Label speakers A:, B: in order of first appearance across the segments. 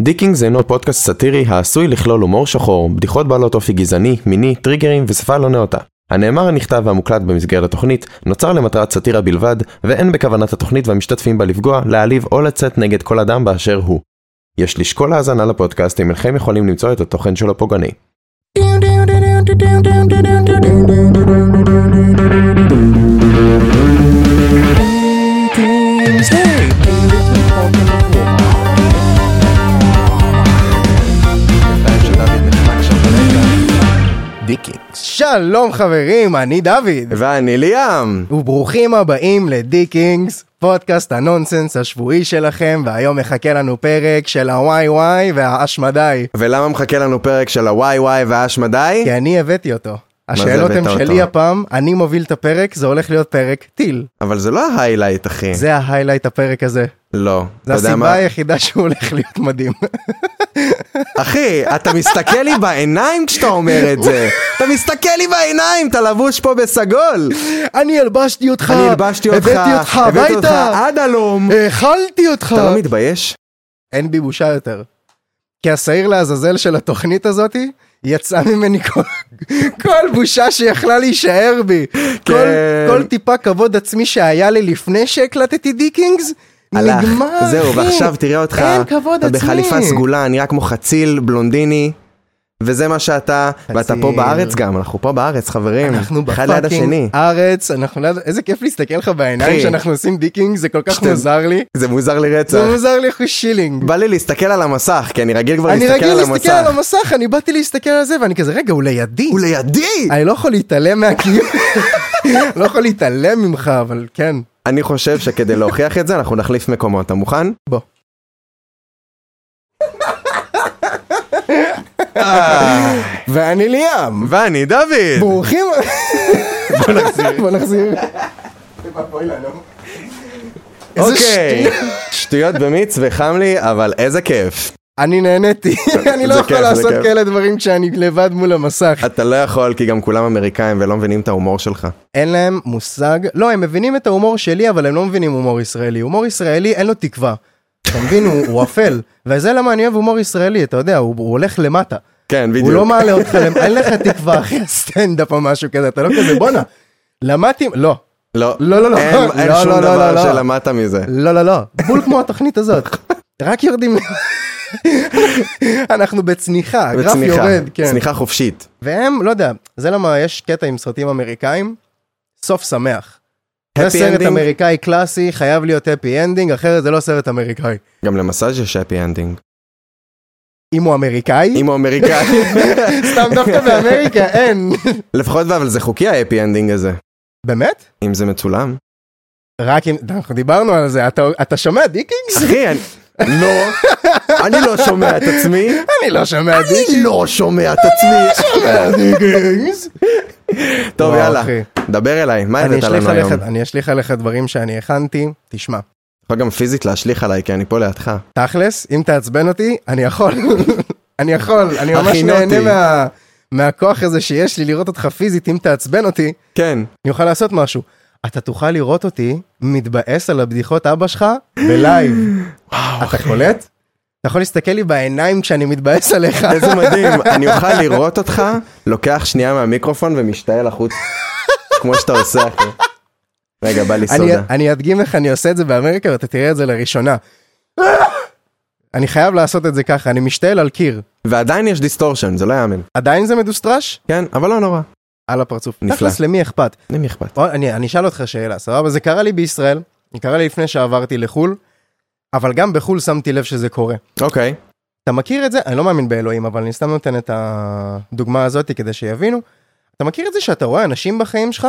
A: דיקינגס אינו פודקאסט סאטירי העשוי לכלול הומור שחור, בדיחות בעלות אופי גזעני, מיני, טריגרים ושפה לא נאותה. הנאמר הנכתב והמוקלט במסגרת התוכנית נוצר למטרת סאטירה בלבד, ואין בכוונת התוכנית והמשתתפים בה לפגוע, להעליב או לצאת נגד כל אדם באשר הוא. יש לשקול האזנה לפודקאסט אם אינכם יכולים למצוא את התוכן שלו פוגעני. דיקינגס.
B: שלום חברים, אני דוד,
A: ואני ליאם.
B: וברוכים הבאים לדיקינגס, פודקאסט הנונסנס השבועי שלכם, והיום מחכה לנו פרק של הוואי וואי וההשמדי,
A: ולמה מחכה לנו פרק של הוואי וואי והשמדי?
B: כי אני הבאתי אותו. השאלות הן
A: הבאת
B: שלי
A: אותו?
B: הפעם, אני מוביל את הפרק, זה הולך להיות פרק טיל.
A: אבל זה לא ההיילייט אחי.
B: זה ההיילייט הפרק הזה.
A: לא.
B: זו
A: אתה יודע
B: הסיבה
A: מה?
B: היחידה שהוא הולך להיות מדהים.
A: אחי, אתה מסתכל לי בעיניים כשאתה אומר את זה. אתה מסתכל לי בעיניים, אתה לבוש פה בסגול.
B: אני הלבשתי אותך,
A: אני הלבשתי אותך,
B: הבאתי אותך
A: הבאתי אותך
B: הביתה,
A: עד הלום.
B: האכלתי אותך.
A: אתה לא מתבייש?
B: אין בי בושה יותר. כי השעיר לעזאזל של התוכנית הזאתי, יצאה ממני כל, כל בושה שיכלה להישאר בי. כל,
A: כן.
B: כל טיפה כבוד עצמי שהיה לי לפני שהקלטתי דיקינגס,
A: הלך.
B: נגמר אחי.
A: זהו, ועכשיו תראה אותך.
B: אין כבוד
A: אתה
B: עצמי.
A: בחליפה סגולה, נראה כמו חציל בלונדיני. וזה מה שאתה, ואתה פה
B: חציל.
A: בארץ גם, אנחנו פה בארץ חברים.
B: אנחנו
A: אחד ליד השני.
B: בפאקינג ארץ, אנחנו ליד... איזה כיף להסתכל לך בעיניים
A: אחי.
B: שאנחנו עושים דיקינג, זה כל כך
A: שאתם-
B: מוזר לי.
A: זה מוזר לי רצח.
B: זה מוזר לי אחוז שילינג.
A: בא לי להסתכל על המסך, כי אני רגיל כבר
B: אני
A: להסתכל
B: רגיל
A: על
B: להסתכל
A: המסך.
B: על המסך, אני באתי להסתכל על זה, ואני כזה, רגע, הוא לידי.
A: הוא לידי!
B: אני לא יכול להתעלם מהקיום, לא יכול להתעלם ממך, אבל כן,
A: אני חושב שכדי להוכיח את זה, אנחנו נחליף מקומות. אתה מוכן?
B: בוא. ואני ליאם,
A: אה, ואני דוד!
B: ברוכים, בוא נחזיר, בוא נחזיר. איזה
A: אוקיי,
B: שטויות.
A: שטויות במיץ וחם לי, אבל איזה כיף.
B: אני נהניתי, אני לא
A: זה
B: יכול
A: כיף, זה
B: לעשות
A: כיף.
B: כאלה דברים כשאני לבד מול המסך.
A: אתה לא יכול, כי גם כולם אמריקאים ולא מבינים את ההומור שלך.
B: אין להם מושג, לא, הם מבינים את ההומור שלי, אבל הם לא מבינים הומור ישראלי. הומור ישראלי אין לו תקווה. אתה מבין, הוא- הוא אפל, וזה למה אני אוהב הומור ישראלי, אתה יודע, הוא הוא הולך למטה.
A: כן, בדיוק.
B: הוא לא מעלה אותך, למ- אין לך תקווה אחרי הסטנדאפ או משהו כזה, אתה לא כזה, בואנה, למדתי, לא,
A: לא,
B: לא, לא, לא.
A: אין, אין
B: לא,
A: שום
B: לא, לא,
A: דבר
B: לא, לא.
A: שלמדת מזה.
B: לא, לא, לא, בול כמו התוכנית הזאת, רק יורדים, אנחנו בצניחה, הגרף
A: וצניחה,
B: יורד, כן,
A: צניחה חופשית.
B: והם, לא יודע, זה למה יש קטע עם סרטים אמריקאים, סוף שמח. זה
A: Happy
B: סרט
A: ending?
B: אמריקאי קלאסי, חייב להיות happy ending, אחרת זה לא סרט אמריקאי.
A: גם למסאז' יש happy ending.
B: אם הוא אמריקאי,
A: אם הוא אמריקאי,
B: סתם דווקא באמריקה, אין.
A: לפחות אבל זה חוקי ה-happy ending הזה.
B: באמת?
A: אם זה מצולם.
B: רק אם, אנחנו דיברנו על זה, אתה- אתה שומע דיקינגס?
A: אחי, אני... לא, אני לא שומע את עצמי.
B: אני לא שומע דיקינגס.
A: אני לא שומע את עצמי.
B: דיקינגס.
A: טוב,
B: וואו,
A: יאללה,
B: אחי.
A: דבר אליי, מה
B: אני
A: הבאת
B: אשליך
A: לנו היום?
B: עליך- אני אשליך עליך דברים שאני הכנתי, תשמע.
A: יכול גם פיזית להשליך עליי, כי אני פה לידך.
B: תכלס, אם תעצבן אותי, אני יכול. אני יכול, אני ממש
A: הכינותי.
B: נהנה מה- מהכוח הזה שיש לי לראות אותך פיזית, אם תעצבן אותי, אני
A: כן.
B: אוכל לעשות משהו. אתה תוכל לראות אותי מתבאס על הבדיחות אבא שלך בלייב. אתה קולט? אתה יכול להסתכל לי בעיניים כשאני מתבאס עליך.
A: איזה מדהים, אני אוכל לראות אותך, לוקח שנייה מהמיקרופון ומשתעל החוץ, כמו שאתה עושה אחי. רגע, בא לי
B: אני,
A: סודה.
B: אני אדגים לך, אני עושה את זה באמריקה ואתה תראה את זה לראשונה. אני חייב לעשות את זה ככה, אני משתעל על קיר.
A: ועדיין יש דיסטורשן, זה לא יאמן.
B: עדיין זה מדוסטרש?
A: כן, אבל לא נורא.
B: על הפרצוף.
A: נפלא.
B: תכלס, למי אכפת?
A: למי אכפת?
B: בוא, אני, אני אשאל אותך שאלה, סבבה? זה קרה לי בישראל, זה קרה לי לפני שעברתי לחו"ל, אבל גם בחו"ל שמתי לב שזה קורה.
A: אוקיי.
B: אתה מכיר את זה? אני לא מאמין באלוהים, אבל אני סתם נותן את הדוגמה הזאת כדי שיבינו. אתה מכיר את זה שאתה רואה אנשים בחיים שלך,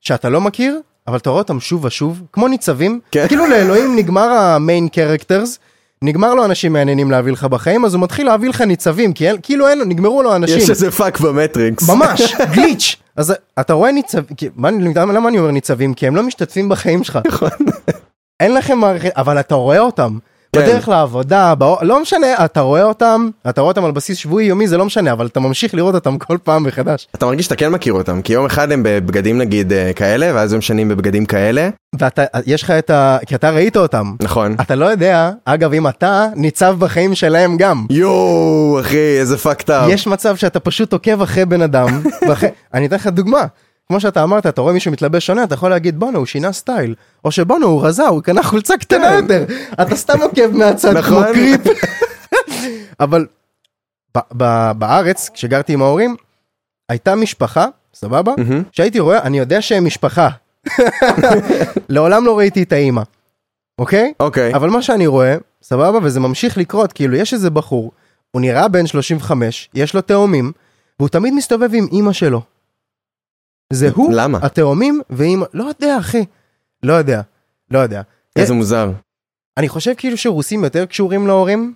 B: שאתה לא מכיר, אבל אתה רואה אותם שוב ושוב, כמו ניצבים?
A: כן.
B: כאילו לאלוהים נגמר המיין קרקטרס, נגמר לו אנשים מעניינים להביא לך בחיים, אז הוא מתחיל להביא לך ניצבים, כי אין, כאילו אין, לו- נגמרו לו אנשים.
A: יש איזה פאק במטריקס.
B: ממש, גליץ'. אז אתה רואה ניצבים, כי- מה אני- למה למה אני
A: נכון.
B: אומר ניצבים? כי הם לא משתתפים בחיים שלך. אין לכם מערכת, אבל אתה רואה אותם.
A: כן.
B: בדרך לעבודה, בא... לא משנה, אתה רואה אותם, אתה רואה אותם על בסיס שבועי יומי, זה לא משנה, אבל אתה ממשיך לראות אותם כל פעם מחדש.
A: אתה מרגיש שאתה כן מכיר אותם, כי יום אחד הם בבגדים נגיד אה, כאלה, ואז הם שנים בבגדים כאלה.
B: ואתה, יש לך את ה... כי אתה ראית אותם.
A: נכון.
B: אתה לא יודע, אגב, אם אתה ניצב בחיים שלהם גם.
A: יואו, אחי, איזה fucked up.
B: יש מצב שאתה פשוט עוקב אחרי בן אדם, ואחרי... אני אתן לך דוגמה. כמו שאתה אמרת, אתה רואה מישהו מתלבש שונה, אתה יכול להגיד בואנה הוא שינה סטייל, או שבואנה הוא רזה, הוא קנה חולצה קטנה יותר, אתה סתם עוקב מהצד כמו
A: נכון.
B: קריפ. אבל ב- ב- בארץ, כשגרתי עם ההורים, הייתה משפחה, סבבה?
A: מהמם.
B: שהייתי רואה, אני יודע שהם משפחה. לעולם לא ראיתי את האימא, אוקיי?
A: אוקיי.
B: אבל מה שאני רואה, סבבה, וזה ממשיך לקרות, כאילו יש איזה בחור, הוא נראה בן 35, יש לו תאומים, והוא תמיד מסתובב עם אימא שלו. זה הוא,
A: למה?
B: התאומים ואימא, לא יודע אחי, לא יודע, לא יודע.
A: איזה מוזר.
B: אני חושב כאילו שרוסים יותר קשורים להורים,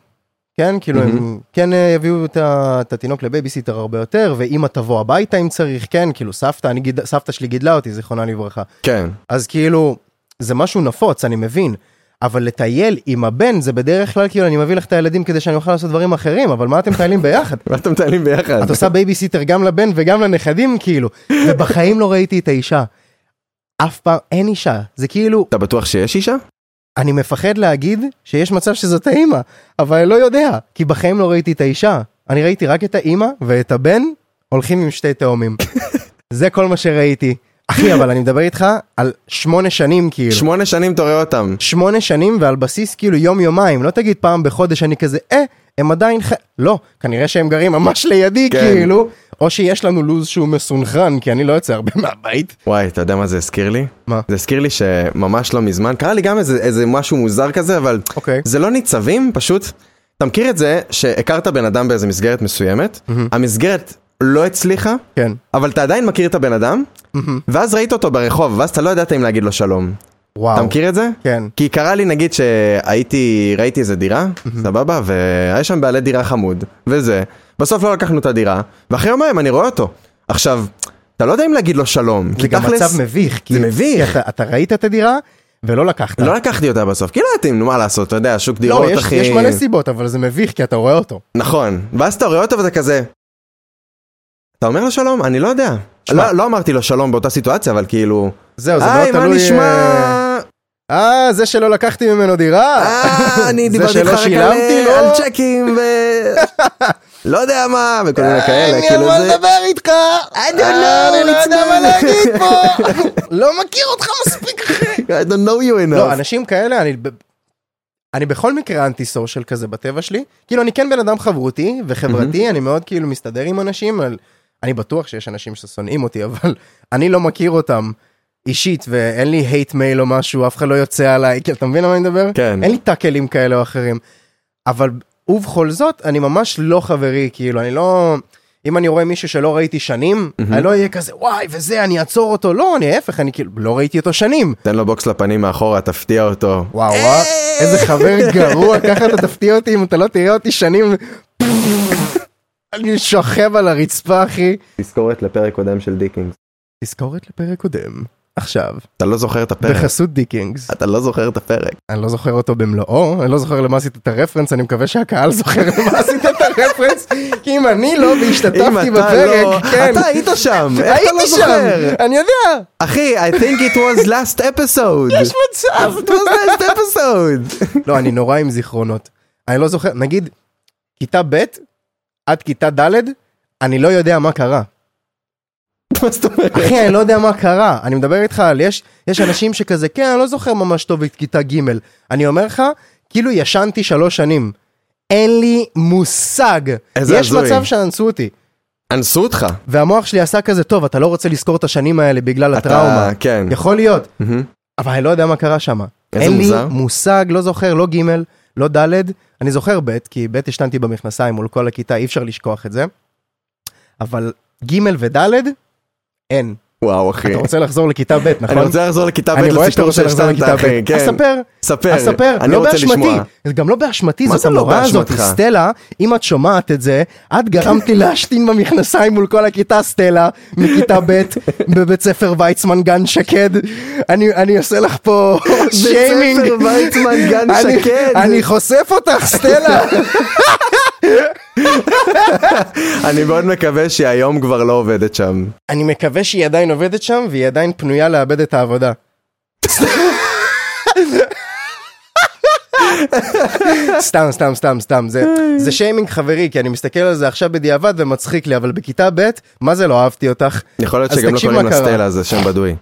B: כן? כאילו הם כן אה, יביאו את ה- את התינוק לבייביסיטר הרבה יותר, ואימא תבוא הביתה אם צריך, כן? כאילו סבתא, אני גיד- סבתא שלי גידלה אותי, זיכרונה לברכה.
A: כן.
B: אז כאילו, זה משהו נפוץ, אני מבין. אבל לטייל עם הבן זה בדרך כלל כאילו אני מביא לך את הילדים כדי שאני אוכל לעשות דברים אחרים אבל מה אתם מטיילים ביחד?
A: ואתם מטיילים ביחד.
B: את עושה בייביסיטר גם לבן וגם לנכדים כאילו ובחיים לא ראיתי את האישה. אף פעם אין אישה זה כאילו
A: אתה בטוח שיש אישה?
B: אני מפחד להגיד שיש מצב שזאת האימא אבל אני לא יודע כי בחיים לא ראיתי את האישה אני ראיתי רק את האימא ואת הבן הולכים עם שתי תאומים. זה כל מה שראיתי אחי אבל אני מדבר איתך על שמונה שנים כאילו.
A: שמונה שנים אתה רואה אותם.
B: שמונה שנים ועל בסיס כאילו יום יומיים לא תגיד פעם בחודש אני כזה אה הם עדיין ח... לא כנראה שהם גרים ממש לידי
A: כן.
B: כן. כאילו או שיש לנו לו"ז שהוא מסונכרן כי אני לא יוצא הרבה מהבית.
A: וואי, אתה יודע מה זה הזכיר לי?
B: מה?
A: זה הזכיר לי שממש לא מזמן, קרה לי גם איזה, איזה משהו מוזר כזה, אבל
B: אוקיי.
A: זה לא ניצבים, פשוט, אתה מכיר את זה שהכרת בן אדם באיזה מסגרת מסוימת, המסגרת לא הצליחה,
B: כן.
A: אבל אתה עדיין מכיר את הבן אדם, ואז ראית אותו ברחוב, ואז אתה לא ידעת אם להגיד לו שלום.
B: וואו.
A: אתה מכיר את זה?
B: כן.
A: כי קרה לי נגיד שהייתי, ראיתי איזה דירה, סבבה, והיה שם בעלי דירה חמוד, וזה. בסוף לא לקחנו את הדירה, ואחרי יומיים אני רואה אותו. עכשיו, אתה לא יודע אם להגיד לו שלום,
B: זה
A: כי
B: גם
A: תכלס...
B: מצב מביך. כי-
A: זה מביך.
B: כי אתה, אתה ראית את הדירה ולא לקחת.
A: לא לקחתי אותה בסוף, כי לא ידעתי, נו מה לעשות, אתה יודע, שוק
B: לא,
A: דירות,
B: יש,
A: אחי.
B: יש מלא סיבות אבל זה מביך כי אתה רואה אותו.
A: נכון, ואז אתה רואה אותו ואתה כזה... אתה אומר לו שלום? אני לא יודע.
B: שמע.
A: לא, לא אמרתי לו שלום באותה סיטואציה, אבל כאילו...
B: זהו זה מאוד
A: היי,
B: תלוי.
A: מה
B: אה,
A: נשמע?
B: אה זה שלא לקחתי ממנו דירה.
A: אה, אני
B: זה
A: דיברתי
B: שלא
A: איתך רק על- אה,
B: שילמתי לו.
A: על צ'קים ו... לא יודע מה, וכל מיני כאלה,
B: אה, אני
A: כאילו
B: אבל
A: זה...
B: לדבר איתך, I
A: know,
B: don't אני לא
A: it's
B: יודע
A: not-
B: מה להגיד פה, לא מכיר אותך מספיק אחי.
A: I don't know you
B: לא,
A: enough.
B: אנשים כאלה, אני... ב- אני בכל מקרה אנטי סושיאל כזה בטבע שלי, כאילו אני כן בן אדם חברותי וחברתי, אני מאוד כאילו מסתדר עם אנשים, אבל אני בטוח שיש אנשים ששונאים אותי, אבל אני לא מכיר אותם אישית ואין לי הייט מייל או משהו, אף אחד לא יוצא עליי, כאילו, אתה מבין על מה אני מדבר?
A: כן.
B: אין לי טאקלים כאלה או אחרים. אבל ובכל זאת, אני ממש לא חברי, כאילו, אני לא... אם אני רואה מישהו שלא ראיתי שנים, אני לא אהיה כזה, וואי, וזה, אני אעצור אותו. לא, אני ההפך, אני כאילו, לא ראיתי אותו שנים.
A: תן לו בוקס לפנים מאחורה, תפתיע אותו.
B: וואו, וואו, איזה חבר גרוע, ככה אתה תפתיע אותי אם אתה לא תראה אותי שנים. אני שוכב על הרצפה, אחי.
A: תזכורת לפרק קודם של דיקינגס.
B: תזכורת לפרק קודם, עכשיו,
A: אתה לא זוכר את הפרק.
B: בחסות דיקינגס.
A: אתה לא זוכר את הפרק.
B: אני לא זוכר אותו במלואו, אני לא זוכר למה עשית את הרפרנס, אני מקווה שהקהל זוכר למה עשית את הרפרנס, כי אם אני לא והשתתפתי
A: אם אתה לא...
B: בפרק, כן.
A: אתה היית שם, איך אתה לא
B: הייתי
A: זוכר?
B: שם, אני יודע,
A: אחי, I think it was last episode.
B: יש מצב.
A: it was last episode.
B: לא, אני נורא עם זיכרונות. אני לא זוכר, נגיד, כיתה ב' עד כיתה ד', אני לא יודע מה קרה.
A: מה זאת אומרת?
B: אחי, אני לא יודע מה קרה. אני מדבר איתך על יש, יש אנשים שכזה, כן, אני לא זוכר ממש טוב את כיתה ג'. אני אומר לך, כאילו ישנתי שלוש שנים. אין לי מושג.
A: איזה
B: יש
A: הזוי.
B: מצב שאנסו אותי.
A: אנסו אותך.
B: והמוח שלי עשה כזה, טוב, אתה לא רוצה לזכור את השנים האלה בגלל הטראומה.
A: כן.
B: יכול להיות.
A: מהמם.
B: אבל אני לא יודע מה קרה שם.
A: איזה
B: אין
A: מוזר.
B: לי מושג, לא זוכר, לא ג', לא ד', אני זוכר ב', כי ב' השתנתי במכנסיים מול כל הכיתה, אי אפשר לשכוח את זה. אבל ג' וד', אין.
A: וואו אחי.
B: אתה רוצה לחזור לכיתה ב', נכון?
A: כן. אני רוצה לחזור לכיתה ב'
B: אני רואה שאתה
A: לסיפור
B: רוצה לחזור
A: שהשתמת
B: לכיתה ב'.
A: אחי, כן.
B: אספר,
A: ספר,
B: אספר,
A: אני
B: לא
A: רוצה
B: באשמתי,
A: לשמוע.
B: זה גם לא באשמתי,
A: מה
B: זאת
A: זה לא
B: המורה הזאת,
A: באשמתך?
B: סטלה, אם את שומעת את זה, את גרמת לי להשתין במכנסיים מול כל הכיתה, סטלה, מכיתה ב', בבית ספר ויצמן גן שקד, אני אני עושה לך פה שיימינג,
A: ויצמן, גן
B: אני-
A: שקד.
B: אני חושף אותך, סטלה,
A: אני מאוד מקווה שהיום כבר לא עובדת שם.
B: אני מקווה שהיא עדיין עובדת שם, והיא עדיין פנויה לאבד את העבודה. סתם, סתם, סתם, סתם, זה, זה שיימינג חברי, כי אני מסתכל על זה עכשיו בדיעבד ומצחיק לי, אבל בכיתה ב', מה זה לא אהבתי אותך?
A: יכול להיות
B: אז
A: שגם לא
B: תקשיב
A: קוראים
B: מה
A: לה
B: קרה.
A: סטלה, זה שם בדוי.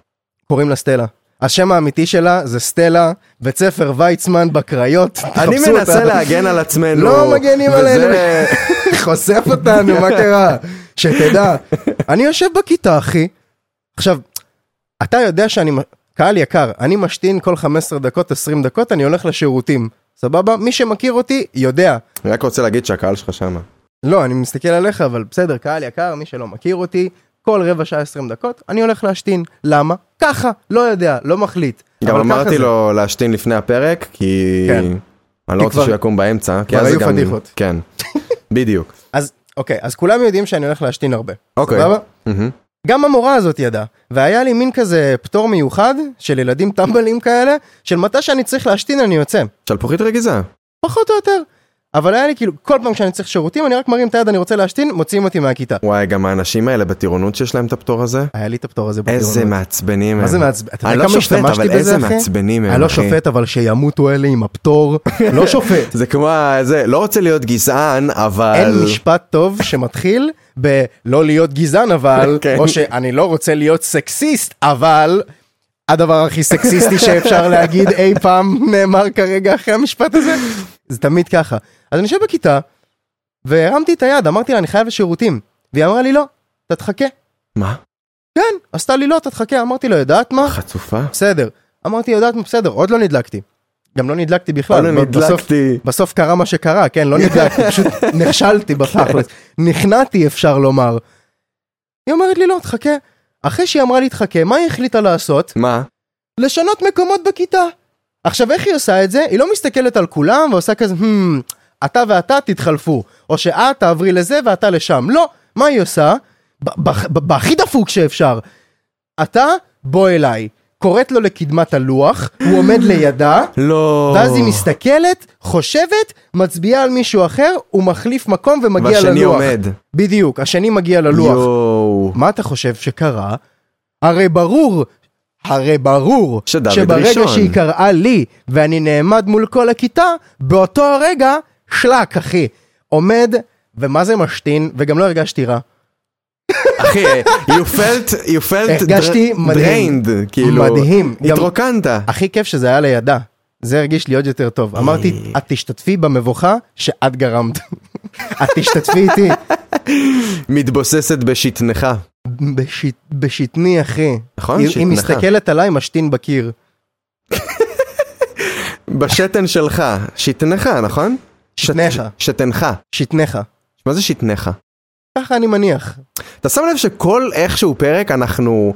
B: קוראים לה סטלה. השם האמיתי שלה זה סטלה, בית ספר ויצמן בקריות.
A: אני
B: תחפשו
A: מנסה
B: אותה.
A: להגן על עצמנו.
B: לא מגנים
A: וזה-
B: עלינו. חושף אותנו, מה קרה? שתדע, אני יושב בכיתה, אחי. עכשיו, אתה יודע שאני, קהל יקר, אני משתין כל 15 דקות, 20 דקות, אני הולך לשירותים. סבבה? מי שמכיר אותי, יודע.
A: אני רק רוצה להגיד שהקהל שלך שם.
B: לא, אני מסתכל עליך, אבל בסדר, קהל יקר, מי שלא מכיר אותי, כל רבע שעה 20 דקות, אני הולך להשתין. למה? ככה, לא יודע, לא מחליט.
A: גם
B: אבל ככה
A: אמרתי
B: זה.
A: לו להשתין לפני הפרק, כי...
B: כן.
A: אני לא
B: כי
A: רוצה
B: כבר-
A: שהוא יקום באמצע, כי
B: כבר
A: אז זה
B: היו
A: גם...
B: פדיחות.
A: כן, בדיוק.
B: אז, אוקיי, אז כולם יודעים שאני הולך להשתין הרבה.
A: אוקיי.
B: סבבה?
A: מהמם.
B: גם המורה הזאת ידעה, והיה לי מין כזה פטור מיוחד של ילדים טמבלים כאלה, של מתי שאני צריך להשתין אני יוצא,
A: שלפוחית רגיזה.
B: פחות או יותר. אבל היה לי כאילו, כל פעם שאני צריך שירותים, אני רק מרים את היד, אני רוצה להשתין, מוציאים אותי מהכיתה.
A: וואי, גם האנשים האלה בטירונות שיש להם את הפטור הזה,
B: היה לי את הפטור הזה בטירונות.
A: איזה מעצבנים הם.
B: מה זה מעצבן? אתה
A: אני
B: יודע
A: לא
B: כמה
A: שופט,
B: השתמשתי
A: אבל איזה
B: בזה, אחי?
A: מעצבנים הם, אחי.
B: אני לא שופט, אבל שימותו אלה עם הפטור. לא שופט.
A: זה כמו, ה- זה, לא רוצה להיות גזען, אבל...
B: אין משפט טוב שמתחיל בלא להיות גזען אבל,
A: כן.
B: או שאני לא רוצה להיות סקסיסט אבל, הדבר הכי סקסיסטי שאפשר להגיד אי פעם נאמר כרגע אחרי המשפט הזה, זה תמיד ככה. אז אני יושב בכיתה, והרמתי את היד, אמרתי לה אני חייב לשירותים, והיא אמרה לי לא, אתה תחכה.
A: מה?
B: כן, עשתה לי לא, אתה תחכה, אמרתי לה יודעת מה?
A: חצופה?
B: בסדר. אמרתי יודעת מה? בסדר, עוד לא נדלקתי. גם לא נדלקתי בכלל,
A: וואלה,
B: ב- בסוף
A: נדלקתי.
B: בסוף קרה מה שקרה, כן, לא נדלקתי, פשוט נכשלתי בתכלס. נכנעתי אפשר לומר. היא אומרת לי לא, תחכה. אחרי שהיא אמרה לי תחכה, מה היא החליטה לעשות?
A: מה?
B: לשנות מקומות בכיתה. עכשיו איך היא עושה את זה? היא לא מסתכלת על כולם ועושה כזה, hmm, אתה ואתה תתחלפו, או שאת תעברי לזה ואתה לשם. לא, מה היא עושה? ב- ב- ב- בהכי דפוק שאפשר. אתה, בוא אליי. קוראת לו לקדמת הלוח, הוא עומד לידה,
A: לא.
B: ואז היא מסתכלת, חושבת, מצביעה על מישהו אחר, הוא מחליף מקום ומגיע ללוח.
A: והשני עומד.
B: בדיוק, השני מגיע ללוח. יו.
A: יואו.
B: מה אתה חושב שקרה? הרי ברור, הרי ברור,
A: שדוד
B: שברגע
A: ראשון.
B: שהיא קראה לי, ואני נעמד מול כל הכיתה, באותו הרגע, שלק, אחי. עומד, ומה זה משתין, וגם לא הרגשתי רע.
A: אחי, you felt, you felt
B: הרגשתי
A: dra-
B: מדהים.
A: drained, כאילו,
B: מדהים. גם-
A: התרוקנת.
B: הכי כיף שזה היה לידה. זה הרגיש לי עוד יותר טוב. אמרתי,
A: אה.
B: את תשתתפי במבוכה שאת גרמת. את תשתתפי איתי.
A: מתבוססת בשתנך.
B: בשיט, בשיטני אחי.
A: נכון,
B: היא, היא
A: שיטנך.
B: מסתכלת עליי משתין בקיר.
A: בשתן שלך. שתנך, נכון?
B: שתנך.
A: שת- שתנך.
B: שיטנך.
A: מה זה שתנך?
B: ככה אני מניח.
A: אתה שם לב שכל איכשהו פרק אנחנו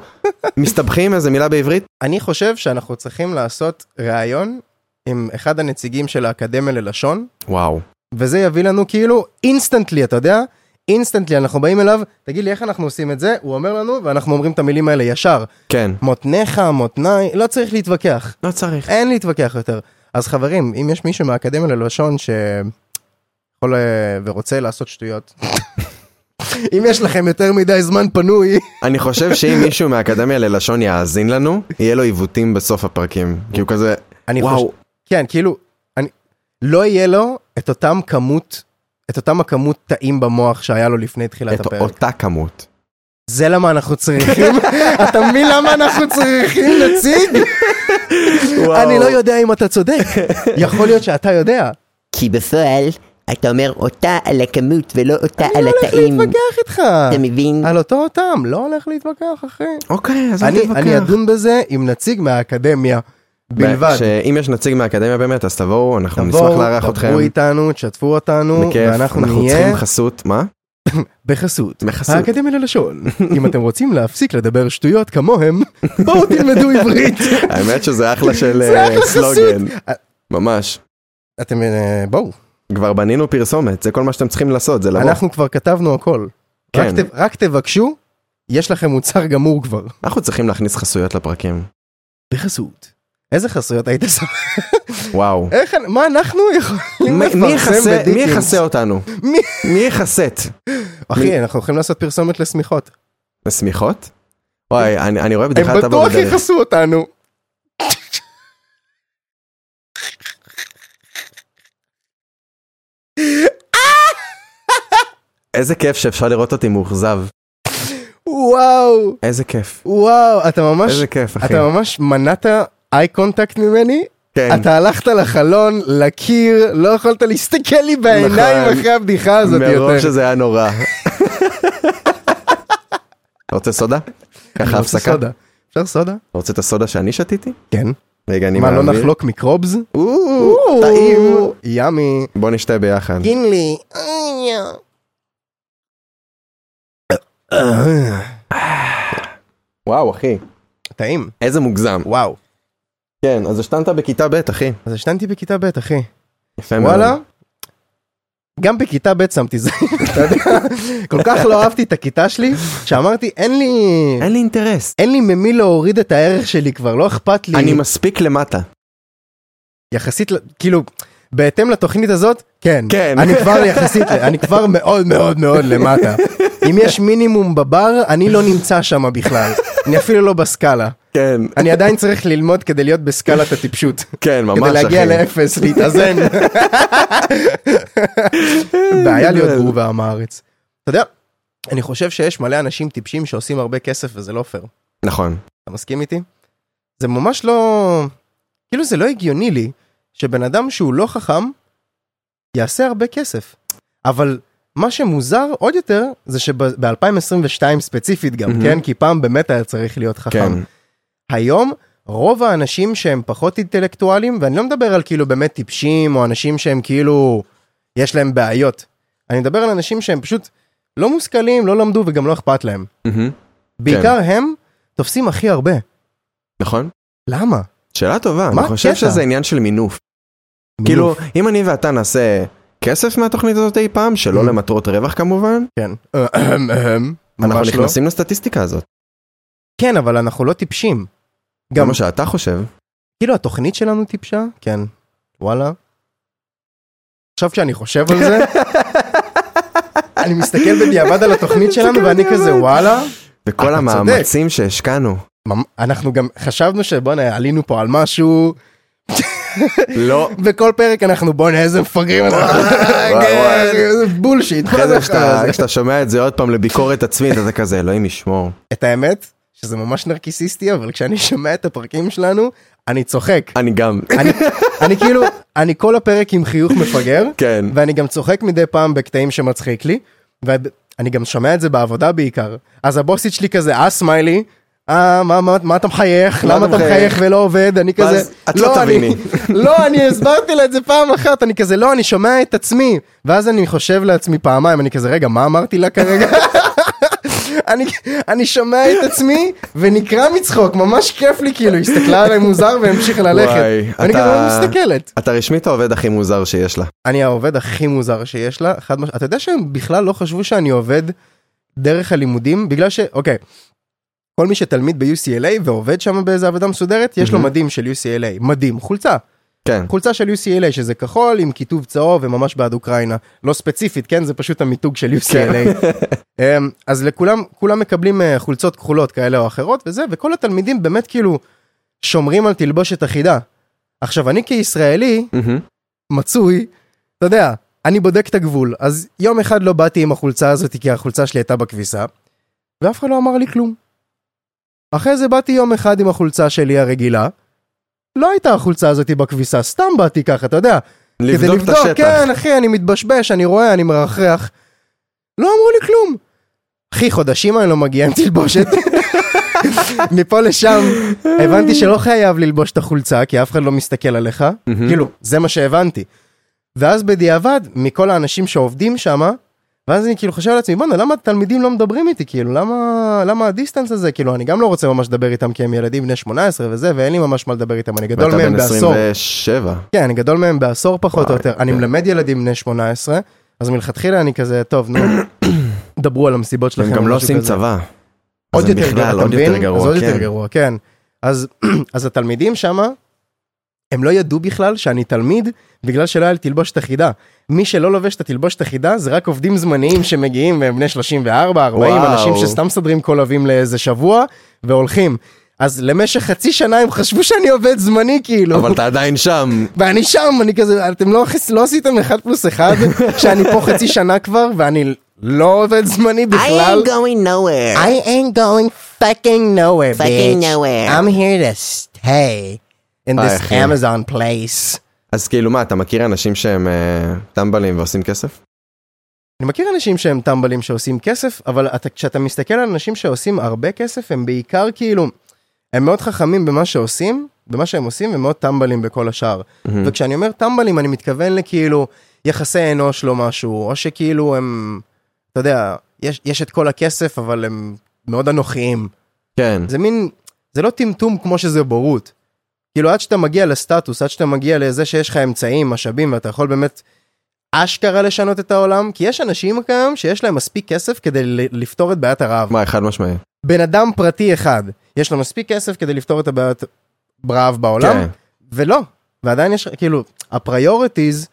A: מסתבכים עם איזה מילה בעברית?
B: אני חושב שאנחנו צריכים לעשות ראיון עם אחד הנציגים של האקדמיה ללשון,
A: וואו.
B: וזה יביא לנו כאילו אינסטנטלי, אתה יודע? אינסטנטלי, אנחנו באים אליו, תגיד לי איך אנחנו עושים את זה, הוא אומר לנו, ואנחנו אומרים את המילים האלה ישר.
A: כן.
B: מותניך, מותניי, לא צריך להתווכח.
A: לא צריך.
B: אין להתווכח יותר. אז חברים, אם יש מישהו מהאקדמיה ללשון שיכול אה, ורוצה לעשות שטויות, אם יש לכם יותר מדי זמן פנוי,
A: אני חושב שאם מישהו מהאקדמיה ללשון יאזין לנו, יהיה לו עיוותים בסוף הפרקים. כי הוא כזה,
B: אני
A: וואו,
B: חושב, כן, כאילו, אני, לא יהיה לו את אותם כמות, את אותם הכמות תאים במוח שהיה לו לפני תחילת
A: את
B: הפרק.
A: אותה כמות.
B: זה למה אנחנו צריכים, אתה מבין למה אנחנו צריכים נציג? אני לא יודע אם אתה צודק, יכול להיות שאתה יודע.
C: כי בפועל, אתה אומר אותה על הכמות ולא אותה על
B: לא הולך
C: התאים.
B: להתווכח איתך.
C: אתה מבין?
B: על אותו אותם, לא הולך להתווכח, אחי.
A: אוקיי, אז אל
B: אני,
A: תתווכח.
B: אני אדון בזה עם נציג מהאקדמיה בלבד.
A: שאם יש נציג מהאקדמיה באמת, אז תבואו, אנחנו נשמח
B: תבואו,
A: לארח אתכם.
B: דברו איתנו, תשתפו אותנו,
A: בכיף,
B: ואנחנו
A: אנחנו
B: נהיה אה,
A: צריכים חסות, מה?
B: בחסות.
A: בחסות.
B: האקדמיה ללשון. אם אתם רוצים להפסיק לדבר שטויות כמוהם, בואו תלמדו עברית.
A: האמת שזה אחלה של
B: כן. זה
A: אה,
B: אחלה
A: סלוגן.
B: חסות. אה,
A: ממש.
B: אתם, אה, בואו,
A: כבר בנינו פרסומת, זה כל מה שאתם צריכים לעשות, זה לבוא.
B: אנחנו כבר כתבנו הכל.
A: כן.
B: רק ת- רק תבקשו, יש לכם מוצר גמור כבר.
A: אנחנו צריכים להכניס חסויות לפרקים.
B: בחסות. איזה חסויות היית שם?
A: וואו.
B: איך, מה אנחנו יכולים
A: מי- מי
B: לפרסם
A: יכסה- מי
B: בדיקינסט?
A: יכסה אותנו?
B: מי-
A: מי יכסת?
B: אחי, אנחנו הולכים לעשות פרסומת לשמיכות.
A: שמיכות? וואי, אני אני רואה
B: הם
A: בדיחה אתה
B: בטוח
A: בדרך.
B: יכסו אותנו.
A: איזה כיף שאפשר לראות אותי מאוכזב.
B: וואו,
A: איזה כיף.
B: וואו, אתה ממש,
A: איזה כיף, אחי.
B: אתה ממש מנעת איי קונטקט ממני,
A: כן.
B: אתה הלכת לחלון, לקיר, לא יכולת להסתכל לי בעיניים
A: נכון.
B: אחרי הבדיחה הזאת
A: מרוב
B: יותר.
A: שזה היה נורא. אתה רוצה סודה? ככה
B: אני רוצה
A: הפסקה?
B: סודה. אפשר סודה?
A: אתה רוצה את הסודה שאני שתיתי?
B: כן.
A: רגע, אני
B: מה,
A: מעביר.
B: לא נחלוק מקרובס?
A: או, טעים.
B: ימי.
A: בוא נשתה ביחד.
B: גינלי.
A: וואו, אחי.
B: טעים.
A: איזה מוגזם.
B: וואו.
A: כן, אז השתנת בכיתה ב', אחי.
B: אז השתנתי בכיתה ב', אחי.
A: יפה מאוד.
B: וואלה. גם בכיתה ב' שמתי זה, אתה יודע, כל כך לא אהבתי את הכיתה שלי, שאמרתי אין לי,
A: אין לי אינטרס.
B: אין לי ממי להוריד את הערך שלי כבר, לא אכפת לי.
A: אני מספיק למטה.
B: יחסית, ל- כאילו, בהתאם לתוכנית הזאת, כן.
A: כן.
B: אני כבר יחסית, ל- אני כבר מאוד מאוד מאוד למטה. אם יש מינימום בבר, אני לא נמצא שם בכלל. אני אפילו לא בסקאלה.
A: כן,
B: אני עדיין צריך ללמוד כדי להיות בסקאלת הטיפשות.
A: כן, ממש,
B: כדי להגיע
A: אחי.
B: לאפס, להתאזן.
A: כן,
B: בעיה להיות
A: גדול.
B: גובה עם הארץ. אתה יודע, אני חושב שיש מלא אנשים טיפשים שעושים הרבה כסף וזה לא פייר.
A: נכון.
B: אתה מסכים איתי? זה ממש לא... כאילו זה לא הגיוני לי שבן אדם שהוא לא חכם יעשה הרבה כסף. אבל מה שמוזר עוד יותר זה שב-2022 ספציפית גם,
A: מהמם.
B: כן? כי פעם באמת היה צריך להיות חכם.
A: כן.
B: היום רוב האנשים שהם פחות אינטלקטואלים, ואני לא מדבר על כאילו באמת טיפשים או אנשים שהם כאילו יש להם בעיות. אני מדבר על אנשים שהם פשוט לא מושכלים, לא למדו וגם לא אכפת להם.
A: מהמם.
B: בעיקר הם תופסים הכי הרבה.
A: נכון?
B: למה?
A: שאלה טובה,
B: מה
A: אני חושב
B: הקטע?
A: שזה עניין של מינוף. כאילו, אם אני ואתה נעשה כסף מהתוכנית הזאת אי פעם, שלא
B: Mhm.
A: למטרות רווח כמובן,
B: כן. אהם, אהם.
A: אנחנו
B: ממש לא.
A: נכנסים לסטטיסטיקה הזאת.
B: כן, אבל אנחנו לא טיפשים.
A: גם
B: גם,
A: מה שאתה חושב.
B: כאילו התוכנית שלנו טיפשה? כן. וואלה. עכשיו שאני חושב על זה, אני מסתכל בדיעבד על התוכנית שלנו
A: מסתכל
B: ואני
A: בדיעבד.
B: כזה וואלה.
A: וכל
B: אתה
A: המאמצים שהשקענו.
B: ממ- אנחנו גם חשבנו שבואנה עלינו פה על משהו
A: לא.
B: וכל פרק אנחנו בואנה איזה מפגרים אנחנו
A: וואי.
B: איזה בולשיט כל
A: אחרי זה
B: הדבר
A: כשאתה-
B: הזה.
A: כשאתה שומע את זה עוד פעם לביקורת עצמית, אתה כזה, אלוהים ישמור.
B: את האמת שזה ממש נרקיסיסטי אבל כשאני שומע את הפרקים שלנו אני צוחק
A: אני גם,
B: אני- אני כאילו אני כל הפרק עם חיוך מפגר
A: כן.
B: ואני גם צוחק מדי פעם בקטעים שמצחיק לי ואני גם שומע את זה בעבודה בעיקר אז הבוסית שלי כזה אה סמיילי. אה, מה, מה, מה אתה מחייך?
A: מה
B: למה
A: אתה
B: אתה מחייך
A: מחייך?"
B: ולא עובד? אני כזה...
A: ואז את לא
B: אני-
A: תביני."
B: לא, אני הסברתי לה את זה פעם אחת, אני כזה, לא, אני שומע את עצמי. ואז אני חושב לעצמי פעמיים, אני כזה, רגע, מה אמרתי לה כרגע? אני, אני שומע את עצמי ונקרע מצחוק, ממש כיף לי, כאילו, היא הסתכלה עליי מוזר והמשיכה ללכת.
A: וואי,
B: אני
A: אתה-
B: גם לא מסתכלת.
A: אתה רשמית העובד הכי מוזר שיש לה.
B: אני העובד הכי מוזר שיש לה, חד משמעית, אתה יודע שהם בכלל לא חשבו שאני עובד דרך הלימודים, בגלל ש... אוקיי. כל מי שתלמיד ב-UCLA ועובד שם באיזה עבודה מסודרת, יש לו
A: מהמם.
B: מדים של UCLA, מדים, חולצה.
A: כן.
B: חולצה של UCLA שזה כחול עם כיתוב צהוב וממש בעד אוקראינה. לא ספציפית, כן? זה פשוט המיתוג של UCLA.
A: כן.
B: אמ, אז לכולם, כולם מקבלים אה, חולצות כחולות כאלה או אחרות וזה, וכל התלמידים באמת כאילו שומרים על תלבושת אחידה. עכשיו, אני כישראלי,
A: מהמם.
B: מצוי, אתה יודע, אני בודק את הגבול. אז יום אחד לא באתי עם החולצה הזאת כי החולצה שלי הייתה בכביסה, ואף אחד לא אמר לי כלום. אחרי זה באתי יום אחד עם החולצה שלי הרגילה, לא הייתה החולצה הזאת בכביסה, סתם באתי ככה, אתה יודע. כדי
A: לבדוק את
B: לבדוק,
A: השטח.
B: כן, אחי, אני מתבשבש, אני רואה, אני מרחרח. לא אמרו לי כלום. אחי, חודשים אני לא מגיע עם תלבושת. מפה לשם, הבנתי שלא חייב ללבוש את החולצה, כי אף אחד לא מסתכל עליך.
A: מהמם.
B: כאילו, זה מה שהבנתי. ואז בדיעבד, מכל האנשים שעובדים שם, ואז אני כאילו חושב על עצמי, בואנה, למה התלמידים לא מדברים איתי? כאילו, למה, למה הדיסטנס הזה? כאילו, אני גם לא רוצה ממש לדבר איתם כי הם ילדים בני 18 וזה, ואין לי ממש מה לדבר איתם, אני גדול
A: ואתה
B: מהם
A: בן
B: בעשור.
A: 27.
B: כן, אני גדול מהם בעשור פחות או
A: וואי,
B: יותר. אני
A: כן.
B: מלמד ילדים בני 18, אז מלכתחילה אני כזה, טוב, נו, דברו על המסיבות שלכם.
A: הם
B: או
A: גם לא
B: משהו
A: עושים
B: כזה."
A: צבא. אז
B: עוד
A: הם
B: יותר
A: בכלל
B: גרוע, אתה
A: עוד יותר
B: מבין?
A: גרוע,
B: אז עוד
A: כן.
B: יותר גרוע, כן. אז, אז התלמידים שמה, הם לא ידעו בכלל שאני תלמיד, בגלל שלא היה לי תלבושת אחידה. מי שלא לובש את התלבושת אחידה זה רק עובדים זמניים שמגיעים והם בני 34, 40,
A: וואו.
B: אנשים שסתם מסדרים קולבים לאיזה שבוע והולכים. אז למשך חצי שנה הם חשבו שאני עובד זמני כאילו.
A: אבל אתה עדיין שם.
B: ואני שם, אני כזה, אתם לא, לא עשיתם אחד פלוס אחד, שאני פה חצי שנה כבר, ואני לא עובד זמני
C: I
B: בכלל.
C: ain't going nowhere.
B: I ain't going fucking nowhere,
C: Fucking
B: bitch.
C: nowhere.
B: I'm here to stay in
A: היי,
B: this
A: אחי.
B: Amazon place.
A: אז כאילו מה, אתה מכיר אנשים שהם אה, טמבלים ועושים כסף?
B: אני מכיר אנשים שהם טמבלים שעושים כסף, אבל אתה, כשאתה מסתכל על אנשים שעושים הרבה כסף, הם בעיקר כאילו, הם מאוד חכמים במה שעושים, במה שהם עושים, ומאוד טמבלים בכל השאר.
C: Mm.
B: וכשאני אומר טמבלים, אני מתכוון לכאילו יחסי אנוש לא משהו, או שכאילו הם, אתה יודע, יש, יש את כל הכסף, אבל הם מאוד אנוכיים.
A: כן.
B: זה מין, זה לא טמטום כמו שזה בורות. כאילו עד שאתה מגיע לסטטוס, עד שאתה מגיע לזה שיש לך אמצעים, משאבים, ואתה יכול באמת אשכרה לשנות את העולם, כי יש אנשים כיום שיש להם מספיק כסף כדי ל- לפתור את בעיית הרעב.
A: מה, חד משמעי.
B: בן אדם פרטי אחד, יש לו מספיק כסף כדי לפתור את הבעיית רעב בעולם,
A: כן.
B: ולא, ועדיין יש, כאילו, הפריורטיז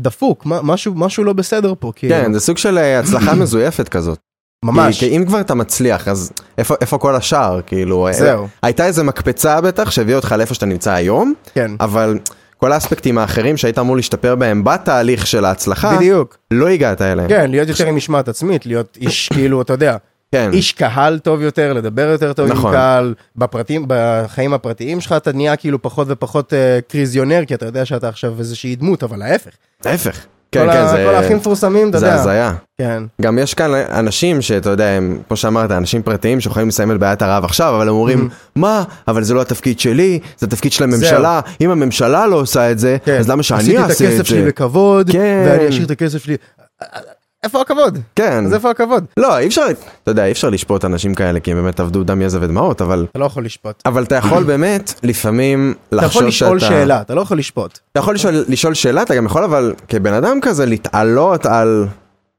B: דפוק, מה- משהו, משהו לא בסדר פה, כאילו,
A: כן, זה סוג של אה, הצלחה מזויפת כזאת.
B: ממש,
A: כי, כי אם כבר אתה מצליח, אז איפה, איפה כל השאר? כאילו, אה,
B: זהו,
A: הייתה איזה מקפצה בטח שהביאה אותך לאיפה שאתה נמצא היום,
B: כן,
A: אבל כל האספקטים האחרים שהיית אמור להשתפר בהם בתהליך של ההצלחה,
B: בדיוק,
A: לא הגעת אליהם.
B: כן, להיות יותר עם משמעת עצמית, להיות איש, כאילו, אתה יודע,
A: כן.
B: איש קהל טוב יותר, לדבר יותר טוב
A: נכון.
B: עם קהל, בפרטים, בחיים הפרטיים שלך אתה נהיה כאילו פחות ופחות אה, קריזיונר, כי אתה יודע שאתה עכשיו איזושהי דמות, אבל ההפך.
A: ההפך.
B: כל
A: כן,
B: ה-
A: כן,
B: כל
A: זה...
B: האחים מפורסמים, אתה
A: זה
B: יודע.
A: הזיה.
B: כן,
A: גם יש כאן אנשים שאתה יודע, הם, כמו שאמרת, אנשים פרטיים שיכולים לסיים את בעיית הרעב עכשיו, אבל הם אומרים,
B: Mm-hmm.
A: מה? אבל זה לא התפקיד שלי, זה התפקיד של הממשלה, אם הממשלה לא עושה את זה,
B: כן.
A: אז למה שאני
B: עשיתי
A: אעשה את זה?
B: את הכסף שלי בכבוד,
A: כן.
B: ואני אשאיר את הכסף שלי. איפה הכבוד?
A: כן.
B: אז איפה הכבוד?
A: לא, אי אפשר, אתה יודע, אי אפשר לשפוט אנשים כאלה, כי הם באמת עבדו דם, יזע ודמעות, אבל...
B: אתה לא יכול לשפוט.
A: אבל אתה יכול באמת, לפעמים, לחשוב שאתה...
B: אתה יכול לשאול שאלה, אתה לא יכול לשפוט.
A: אתה יכול לשאול, לשאול שאלה, אתה גם יכול אבל, כבן אדם כזה, להתעלות על...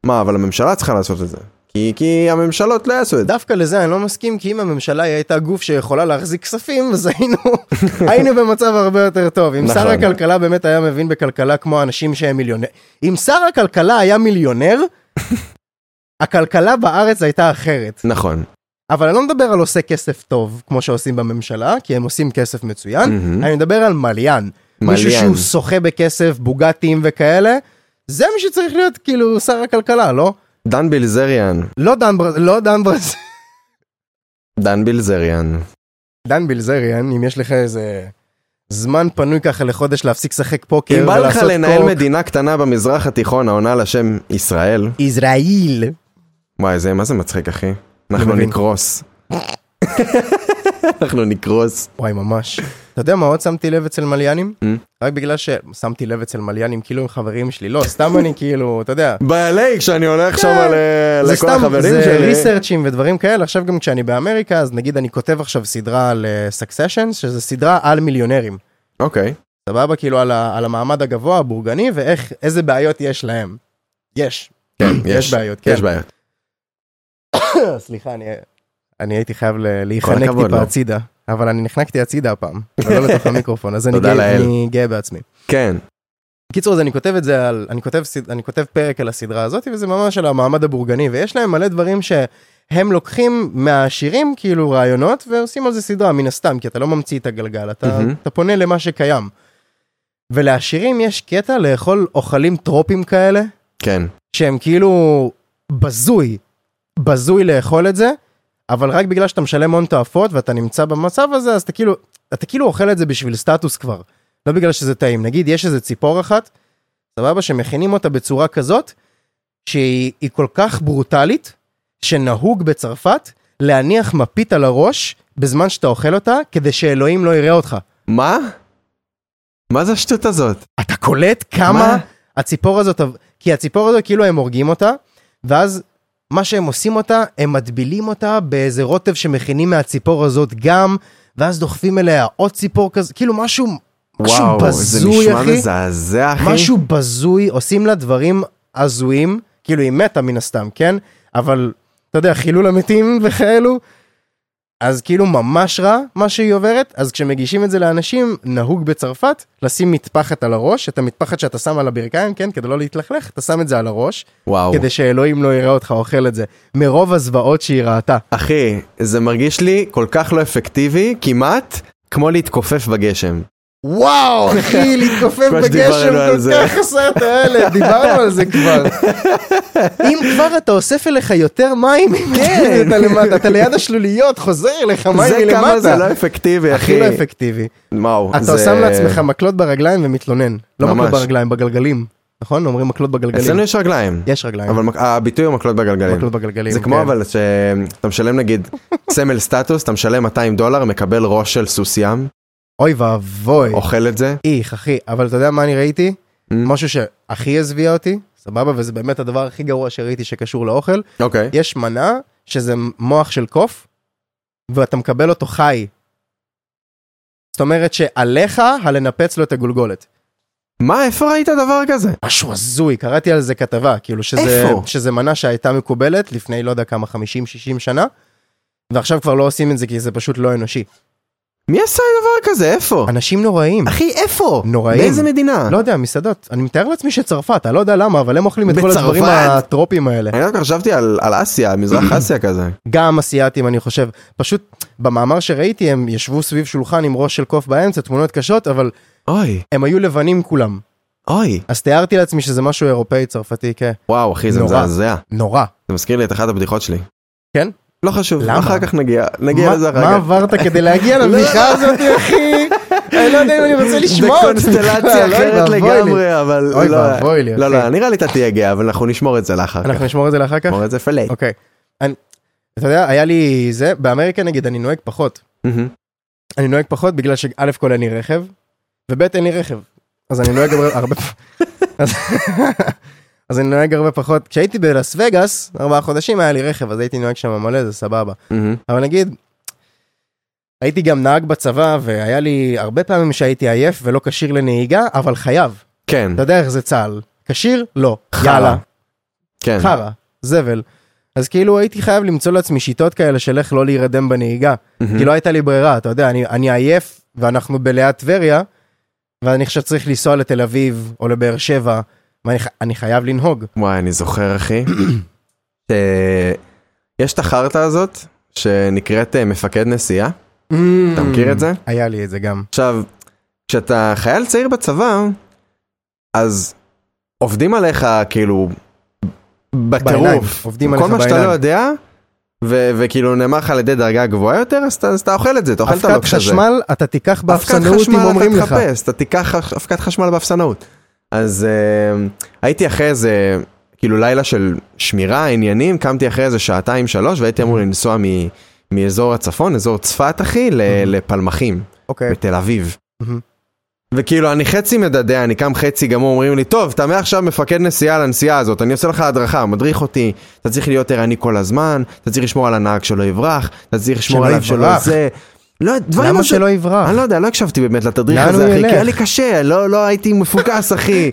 A: מה, אבל הממשלה צריכה לעשות את זה. כי, כי הממשלות לא יעשו את זה.
B: דווקא לזה אני לא מסכים, כי אם הממשלה היא הייתה גוף שיכולה להחזיק כספים, אז היינו, היינו במצב הרבה יותר טוב. אם שר
A: נכון.
B: הכלכלה באמת היה מבין בכלכלה כמו אנשים שהם מיליונר... אם שר הכלכלה היה מיליונר, הכלכלה בארץ הייתה אחרת.
A: נכון.
B: אבל אני לא מדבר על עושה כסף טוב, כמו שעושים בממשלה, כי הם עושים כסף מצוין,
A: מהמם.
B: אני מדבר על מליין. אה? מישהו
A: Mm-hmm. מליין.
B: שהוא שוחה בכסף, בוגטים וכאלה, זה מי שצריך להיות כאילו שר הכלכלה, לא?
A: דן בילזריאן.
B: לא דן ברז... לא דן ברז...
A: דן בילזריאן.
B: דן בילזריאן, אם יש לך איזה זמן פנוי ככה לחודש להפסיק לשחק פוקר
A: אם בא
B: ולעשות
A: לך
B: קוק.
A: לנהל מדינה קטנה במזרח התיכון העונה לשם ישראל,
B: ישראל.
A: וואי, זה, מה זה מצחיק, אחי? אנחנו
B: מבין.
A: נקרוס. אנחנו נקרוס.
B: וואי, ממש. אתה יודע מה עוד שמתי לב אצל מליינים?
A: Mm.
B: רק בגלל ששמתי לב אצל מליינים כאילו עם חברים שלי, לא, סתם אני כאילו, אתה יודע.
A: בעלי, כשאני הולך שם על, אה,
B: זה
A: לכל
B: סתם,
A: החברים
B: זה
A: שלי.
B: ריסרצ'ים ודברים כאלה, עכשיו גם כשאני באמריקה, אז נגיד אני כותב עכשיו סדרה על סקסשנס, שזה סדרה על מיליונרים.
A: אוקיי.
B: סבבה? כאילו על ה- על המעמד הגבוה, הבורגני, ואיך, איזה בעיות יש להם. יש.
A: כן,
B: יש בעיות, כן.
A: יש בעיות.
B: סליחה, אני, אני הייתי חייב ל-
A: כל
B: להיחנק
A: הכבוד,
B: טיפה
A: לא.
B: הצידה, אבל אני נחנקתי הצידה הפעם, ולא לתוך המיקרופון, אז אני
A: תודה
B: גאה-
A: לאל.
B: אני גאה בעצמי.
A: כן.
B: קיצור, אז אני כותב את זה על, אני כותב, סד- אני כותב פרק על הסדרה הזאת, וזה ממש על המעמד הבורגני, ויש להם מלא דברים שהם לוקחים מהעשירים, כאילו רעיונות, ועושים על זה סדרה, מן הסתם, כי אתה לא ממציא את הגלגל, אתה,
A: מהמם.
B: אתה פונה למה שקיים. ולעשירים יש קטע לאכול אוכלים טרופים כאלה,
A: כן.
B: שהם כאילו בזוי, בזוי לאכול את זה, אבל רק בגלל שאתה משלם הון תועפות ואתה נמצא במצב הזה, אז אתה כאילו, אתה כאילו אוכל את זה בשביל סטטוס כבר, לא בגלל שזה טעים. נגיד, יש איזה ציפור אחת, סבבה, שמכינים אותה בצורה כזאת, שהיא היא כל כך ברוטלית, שנהוג בצרפת להניח מפית על הראש בזמן שאתה אוכל אותה, כדי שאלוהים לא יראה אותך.
A: מה? מה זה השטות הזאת?
B: אתה קולט כמה
A: מה?
B: הציפור הזאת, כי הציפור הזאת כאילו הם הורגים אותה, ואז מה שהם עושים אותה, הם מטבילים אותה באיזה רוטב שמכינים מהציפור הזאת גם, ואז דוחפים אליה עוד ציפור כזה, כאילו משהו, משהו
A: וואו, זה
B: בזוי,
A: נשמע
B: אחי.
A: מזעזע, אחי.
B: משהו בזוי, עושים לה דברים הזויים, כאילו היא מתה מן הסתם, כן? אבל, אתה יודע, חילול המתים וכאלו, אז כאילו ממש רע מה שהיא עוברת, אז כשמגישים את זה לאנשים, נהוג בצרפת לשים מטפחת על הראש, את המטפחת שאתה שם על הברכיים, כן? כדי לא להתלכלך, אתה שם את זה על הראש,
A: וואו.
B: כדי שאלוהים לא יראה אותך אוכל את זה, מרוב הזוועות שהיא ראתה.
A: אחי, זה מרגיש לי כל כך לא אפקטיבי, כמעט כמו להתכופף בגשם.
B: וואו, אחי, להתכופף
A: כבר
B: בגשם
A: שדיברנו על
B: כל
A: זה.
B: כך חסר תועלת, דיברנו על זה כבר. אם כבר אתה אוסף אליך יותר מים, כן, אתה למטה, אתה ליד השלוליות, חוזר אליך מים
A: זה כמה זה
B: מלמטה.
A: לא אפקטיבי, אחי.
B: הכי לא אפקטיבי.
A: וואו,
B: אתה
A: זה-
B: שם לעצמך מקלות ברגליים ומתלונן. לא מקלות
A: ממש.
B: ברגליים, בגלגלים. נכון? אומרים מקלות בגלגלים.
A: אצלנו יש רגליים.
B: יש רגליים.
A: אבל מק- הביטוי הוא מקלות בגלגלים.
B: מקלות בגלגלים,
A: זה כמו
B: כן.
A: אבל שאתה משלם נגיד סמל סטטוס, אתה משלם 200 דולר, מקבל ראש של סוס ים,
B: אוקיי. אוי ואבוי.
A: אוכל את זה.
B: איך, אחי. אבל אתה יודע מה אני ראיתי?
A: Mm.
B: משהו שהכי הזוויע אותי, סבבה, וזה באמת הדבר הכי גרוע שראיתי שקשור לאוכל.
A: אוקיי.
B: יש מנה שזה מוח של קוף, ואתה מקבל אותו חי. זאת אומרת שעליך הלנפץ לו את הגולגולת.
A: מה, איפה ראית דבר כזה?
B: משהו הזוי, קראתי על זה כתבה, כאילו שזה,
A: איפה?
B: שזה מנה שהייתה מקובלת לפני לא יודע כמה 50-60 שנה, ועכשיו כבר לא עושים את זה כי זה פשוט לא אנושי.
A: מי עשה דבר כזה? איפה?
B: אנשים נוראים,
A: אחי, איפה?
B: נוראים.
A: באיזה מדינה?
B: לא יודע, מסעדות, אני מתאר לעצמי שצרפת, אני לא יודע למה, אבל הם אוכלים את כל
A: בצרפת?
B: הדברים הטרופיים האלה.
A: אני רק חשבתי על על אסיה, מזרח אסיה כזה.
B: גם אסייתים אני חושב פשוט במאמר שראיתי הם ישבו סביב שולחן עם ראש של קוף באמצע תמונות קשות אבל
A: אוי,
B: הם היו לבנים כולם
A: אוי.
B: אז תיארתי לעצמי שזה משהו אירופאי צרפתי כן
A: וואו, אחי, זה
B: נורא.
A: מזעזע.
B: נורא
A: זה מזכיר לי את אחת הבדיחות שלי.
B: כן?
A: לא חשוב,
B: למה?
A: אחר כך נגיע, נגיע
B: מה-
A: לזה לא, אחר
B: מה
A: כך.
B: עברת כדי להגיע לבדיחה הזאת אחי אני לא יודע אם אני רוצה לשמוע אותך
A: בקונסטלציה
B: בכלל, אוי
A: אחרת
B: ואבוי לי.
A: לגמרי, אבל לא...
B: אוי ואבוי לי,
A: לא,
B: אחי.
A: לא, נראה לי אתה תהיה גאה, אבל אנחנו נשמור את זה לאחר כך.
B: אנחנו נשמור את זה לאחר כך
A: נשמור את זה פלאק.
B: אוקיי אני- אתה יודע היה לי זה באמריקה נגיד אני נוהג פחות אני נוהג פחות בגלל שא' כל אין לי רכב, וב' אין לי רכב. אז אני נוהג הרבה- הרבה אז- אז אני נוהג הרבה פחות. כשהייתי בלאס וגאס, ארבעה חודשים היה לי רכב, אז הייתי נוהג שם מלא, זה סבבה. אבל נגיד, הייתי גם נהג בצבא, והיה לי הרבה פעמים שהייתי עייף ולא כשיר לנהיגה, אבל חייב.
A: כן,
B: אתה יודע איך זה צה"ל. כשיר? לא.
A: חרא.
B: יאללה.
A: כן.
B: חרא. זבל. אז כאילו הייתי חייב למצוא לעצמי שיטות כאלה של איך לא להירדם בנהיגה. כי
A: Mhm.
B: לא הייתה לי ברירה, אתה יודע, אני, אני עייף, ואנחנו בליד טבריה, ואני עכשיו צריך לנסוע לתל אביב או לבאר שבע, ואני ח- אני חייב לנהוג.
A: וואי, אני זוכר, אחי. אה, יש את החרטא הזאת, שנקראת אה, מפקד נסיעה,
B: Mm.
A: אתה מכיר את זה?
B: היה לי את זה גם.
A: עכשיו, כשאתה חייל צעיר בצבא, אז עובדים עליך כאילו
B: בעיניים,
A: בטירוף.
B: עובדים
A: כל
B: עליך
A: מה שאתה
B: בעיניים.
A: לא יודע, ו- וכאילו נאמר לך על ידי דרגה גבוהה יותר, אז אתה, אז אתה אוכל את זה, אתה אוכל את
B: אבקת
A: הלוקש הזה.
B: חשמל אתה תיקח באפסנאות אם אומרים
A: אתה
B: לך.
A: תחפש, אתה תיקח אף- אבקת חשמל באפסנאות. אז uh, הייתי אחרי איזה, כאילו לילה של שמירה, עניינים, קמתי אחרי איזה שעתיים שלוש והייתי אמור לנסוע מ- מאזור הצפון, אזור צפת אחי, ל- לפלמחים.
B: אוקיי.
A: בתל אביב.
B: מהמם.
A: וכאילו אני חצי מדדה, אני קם חצי גמור, אומרים לי, טוב, אתה מעכשיו מפקד נסיעה לנסיעה הזאת, אני עושה לך הדרכה, מדריך אותי, אתה צריך להיות ערני כל הזמן, אתה צריך לשמור על הנהג שלא יברח, אתה צריך לשמור
B: שלא
A: עליו שלא
B: יברח.
A: זה. לא, דברים
B: למה
A: הזו-
B: שלא יברח?
A: אני לא יודע, לא הקשבתי באמת לתדריך
B: אה. לאן
A: הזה,
B: הוא
A: אחי, כי
B: ילך?
A: היה לי קשה, לא, לא הייתי מפוקס, אחי.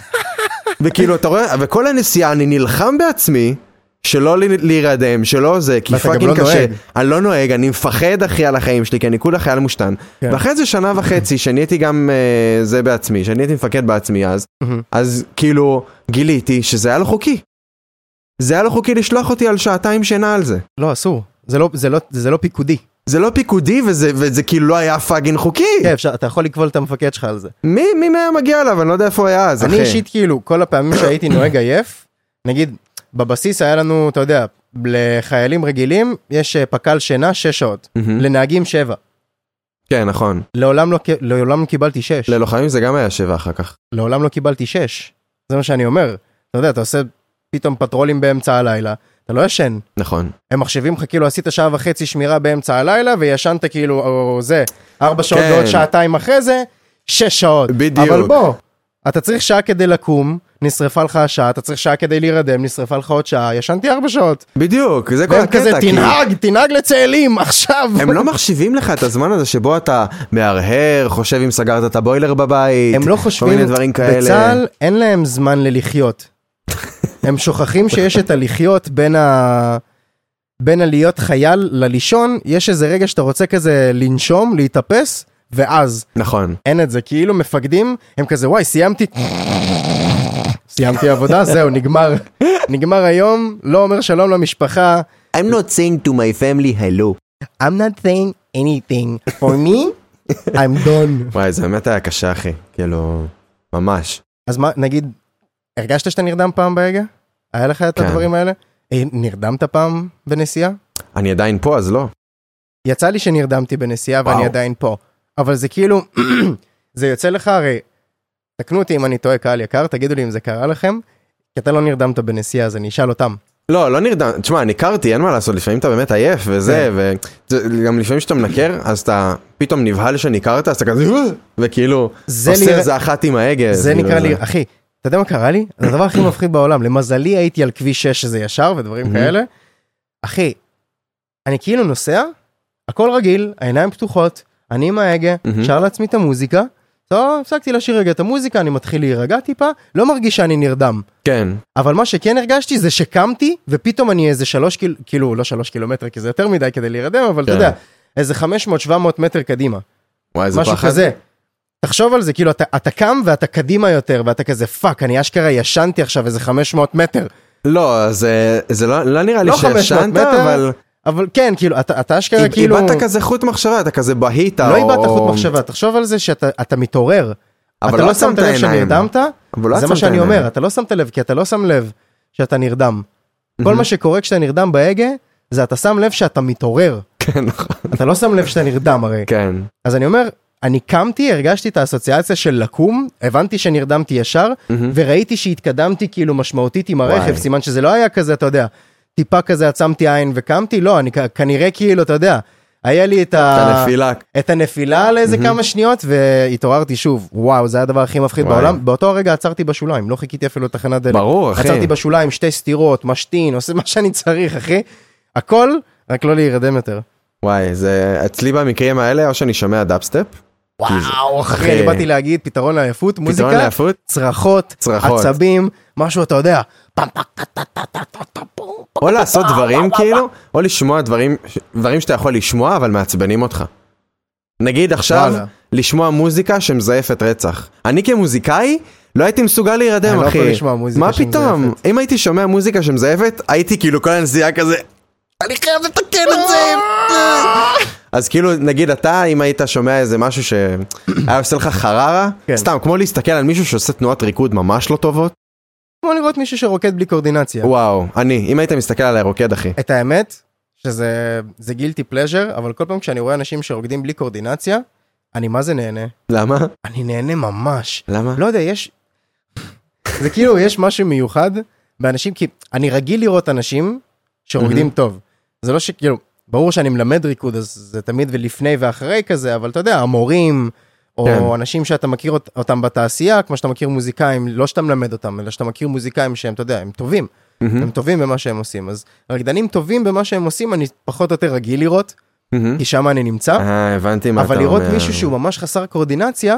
A: וכאילו, אתה רואה, וכל הנסיעה, אני נלחם בעצמי, שלא ל- להירדם, שלא זה, כי
B: ואתה גם
A: פאקינג
B: לא
A: קשה.
B: נוהג.
A: אני לא נוהג, אני מפחד, אחי, על החיים שלי, כי אני כולה חייל מושתן.
B: כן.
A: ואחרי איזה שנה וחצי, שאני הייתי גם אה, זה בעצמי, שאני הייתי מפקד בעצמי אז,
B: מהמם.
A: אז כאילו, גיליתי שזה היה לא חוקי. זה היה לא חוקי לשלוח אותי על שעתיים שינה על זה.
B: לא, אסור. זה לא, זה לא, זה לא פיקודי.
A: זה לא פיקודי, וזה, וזה כאילו לא היה פאגינג חוקי.
B: כן, אפשר, אתה יכול לקבול את המפקד שלך על זה.
A: מי, מי מהם מגיע אליו? אני לא יודע איפה הוא היה אז, אחי.
B: אני אישית כאילו, כל הפעמים שהייתי נוהג עייף, נגיד, בבסיס היה לנו, אתה יודע, לחיילים רגילים יש אה, פק"ל שינה 6 שעות,
A: מהמם.
B: לנהגים 7.
A: כן, נכון.
B: לעולם לא, ק- לעולם לא קיבלתי 6.
A: ללוחמים זה גם היה שבע אחר כך.
B: לעולם לא קיבלתי 6. זה מה שאני אומר. אתה יודע, אתה עושה פתאום פטרולים באמצע הלילה, אתה לא ישן.
A: נכון.
B: הם מחשבים לך כאילו עשית שעה וחצי שמירה באמצע הלילה וישנת כאילו, או זה, ארבע שעות
A: כן.
B: ועוד שעתיים אחרי זה, שש שעות.
A: בדיוק.
B: אבל בוא, אתה צריך שעה כדי לקום, נשרפה לך השעה, אתה צריך שעה כדי להירדם, נשרפה לך עוד שעה, ישנתי ארבע שעות.
A: בדיוק, זה כל
B: והם
A: הקטע.
B: כזה,
A: כי-
B: תנהג, תנהג לצאלים, עכשיו.
A: הם לא מחשיבים לך את הזמן הזה שבו אתה מהרהר, חושב אם סגרת את הבוילר בבית,
B: הם לא
A: כל
B: חושבים,
A: מיני דברים כאלה.
B: בצה"ל אין להם זמן ללחיות. הם שוכחים שיש את הלחיות בין ה... בין הלהיות חייל ללישון, יש איזה רגע שאתה רוצה כזה לנשום, להתאפס, ואז
A: נכון.
B: אין את זה. כאילו מפקדים, הם כזה, וואי, סיימתי... סיימתי עבודה, זהו, נגמר. נגמר היום, לא אומר שלום למשפחה.
C: I'm not saying to my family hello.
B: I'm not saying anything. For me, I'm done.
A: וואי, זה באמת היה קשה, אחי. כאילו, ממש.
B: אז מה, נגיד, הרגשת שאתה נרדם פעם בהגה? היה לך את
A: כן.
B: הדברים האלה? אה, נרדמת פעם בנסיעה?
A: אני עדיין פה, אז לא.
B: יצא לי שנרדמתי בנסיעה ואני
A: וואו.
B: עדיין פה. אבל זה כאילו, זה יוצא לך הרי, תקנו אותי אם אני טועה, קהל יקר, תגידו לי אם זה קרה לכם, כי אתה לא נרדמת בנסיעה, אז אני אשאל אותם.
A: לא, לא נרדם, תשמע, ניכרתי, אין מה לעשות, לפעמים אתה באמת עייף וזה, וגם לפעמים כשאתה מנקר, אז אתה פתאום נבהל שניכרת, אז אתה כזה, "אה", וכאילו,
B: זה
A: עושה
B: נראה-
A: איזה אחת עם ההגה.
B: זה
A: כאילו,
B: נקרא לי, אחי, אתה יודע מה קרה לי? זה הדבר הכי מפחיד בעולם. למזלי הייתי על כביש 6 שזה ישר ודברים
A: Mhm.
B: כאלה. אחי, אני כאילו נוסע, הכל רגיל, העיניים פתוחות, אני עם ההגה,
A: Mhm.
B: שר לעצמי את המוזיקה, טוב, הפסקתי לשיר רגע את המוזיקה, אני מתחיל להירגע טיפה, לא מרגיש שאני נרדם.
A: כן,
B: אבל מה שכן הרגשתי זה שקמתי, ופתאום אני איזה שלוש קיל... כאילו, לא שלוש קילומטר, כי זה יותר מדי כדי להירדם, אבל אתה
A: כן.
B: יודע, איזה 500-700 מטר קדימה.
A: וואי, זה פחד.
B: משהו כזה. תחשוב על זה, כאילו אתה, אתה קם ואתה קדימה יותר, ואתה כזה פאק, אני אשכרה ישנתי עכשיו איזה 500 מטר.
A: לא, אז, אה, זה לא לא נראה לי
B: לא 500
A: שישנת,
B: מטר,
A: אבל
B: אבל כן, כאילו, אתה, אתה אשכרה כאילו...
A: איבדת כזה חוט מחשבה, אתה כזה בהית.
B: לא
A: או-
B: איבדת חוט מחשבה, תחשוב על זה שאתה אתה מתעורר.
A: אבל
B: אתה
A: לא
B: לא
A: עצמת
B: שמת לב
A: עיניים.
B: שנרדמת,
A: אבל לא
B: זה מה
A: עצמת
B: שאני
A: עיניים.
B: אומר, אתה לא שמת לב, כי אתה לא שם לב שאתה נרדם.
A: Mhm.
B: כל מה שקורה כשאתה נרדם בהגה, זה אתה שם לב שאתה מתעורר.
A: כן, נכון.
B: אתה לא שם לב שאתה נרדם הרי.
A: כן.
B: אז אני אומר, אני קמתי, הרגשתי את האסוציאציה של לקום, הבנתי שנרדמתי ישר, וראיתי שהתקדמתי כאילו משמעותית עם הרכב,
A: וואי.
B: סימן שזה לא היה כזה, אתה יודע, טיפה כזה עצמתי עין וקמתי, לא, אני כ- כנראה כאילו, אתה יודע, היה לי את,
A: את
C: אה,
B: ה...
A: הנפילה.
B: את הנפילה לאיזה כמה שניות, והתעוררתי שוב, וואו, זה היה הדבר הכי מפחיד
A: וואי.
B: בעולם, באותו הרגע עצרתי בשוליים, לא חיכיתי אפילו לתחנת דלק.
A: ברור, אחי.
B: עצרתי בשוליים, שתי סטירות, משתין, עושה מה שאני צריך, אחי, הכל, רק לא להירדם יותר.
A: וואי, זה אצלי במקרים האלה, או שאני שומע דאפסטפ,
B: וואו, אחי,
A: אחי.
B: אני באתי להגיד פתרון לעייפות,
A: פתרון
B: מוזיקה,
A: לעייפות,
B: צרחות,
A: צרחות.
B: עצבים, משהו אתה יודע. פעם פעם.
A: או לעשות דברים כאילו, או לשמוע דברים, דברים שאתה יכול לשמוע, אבל מעצבנים אותך. נגיד עכשיו,
B: וואלה.
A: לשמוע מוזיקה שמזייפת רצח. אני כמוזיקאי, לא הייתי מסוגל
B: אני
A: להירדם,
B: לא
A: אחי.
B: יכול לשמוע מוזיקה
A: מה פתאום?
B: שמזייפת.
A: אם הייתי שומע מוזיקה שמזייפת, הייתי כאילו כל הנסיעה כזה, אני חייב לתקן את זה. אז כאילו, נגיד אתה, אם היית שומע איזה משהו שהיה עושה לך חררה,
B: כן.
A: סתם, כמו להסתכל על מישהו שעושה תנועת ריקוד ממש לא טובות,
B: כמו לראות מישהו שרוקד בלי קורדינציה.
A: וואו, אני, אם היית מסתכל על הרוקד, אחי.
B: את האמת, שזה גילטי פלז'ר, אבל כל פעם כשאני רואה אנשים שרוקדים בלי קורדינציה, אני מה זה נהנה?
A: למה?
B: אני נהנה ממש.
A: למה?
B: לא יודע, יש... זה כאילו, יש משהו מיוחד באנשים, כי אני רגיל לראות אנשים שרוקדים טוב. זה לא שכאילו, ברור שאני מלמד ריקוד, אז זה תמיד ולפני ואחרי כזה, אבל אתה יודע, המורים, או
A: כן.
B: אנשים שאתה מכיר אות- אותם בתעשייה, כמו שאתה מכיר מוזיקאים, לא שאתה מלמד אותם, אלא שאתה מכיר מוזיקאים שהם, אתה יודע, הם טובים. הם טובים במה שהם עושים. אז רקדנים טובים במה שהם עושים, אני פחות או יותר רגיל לראות,
A: מהמם.
B: כי שם אני נמצא.
A: אה, הבנתי מה אתה
B: mm-hmm. אבל
A: אומר.
B: לראות מישהו שהוא ממש חסר קורדינציה,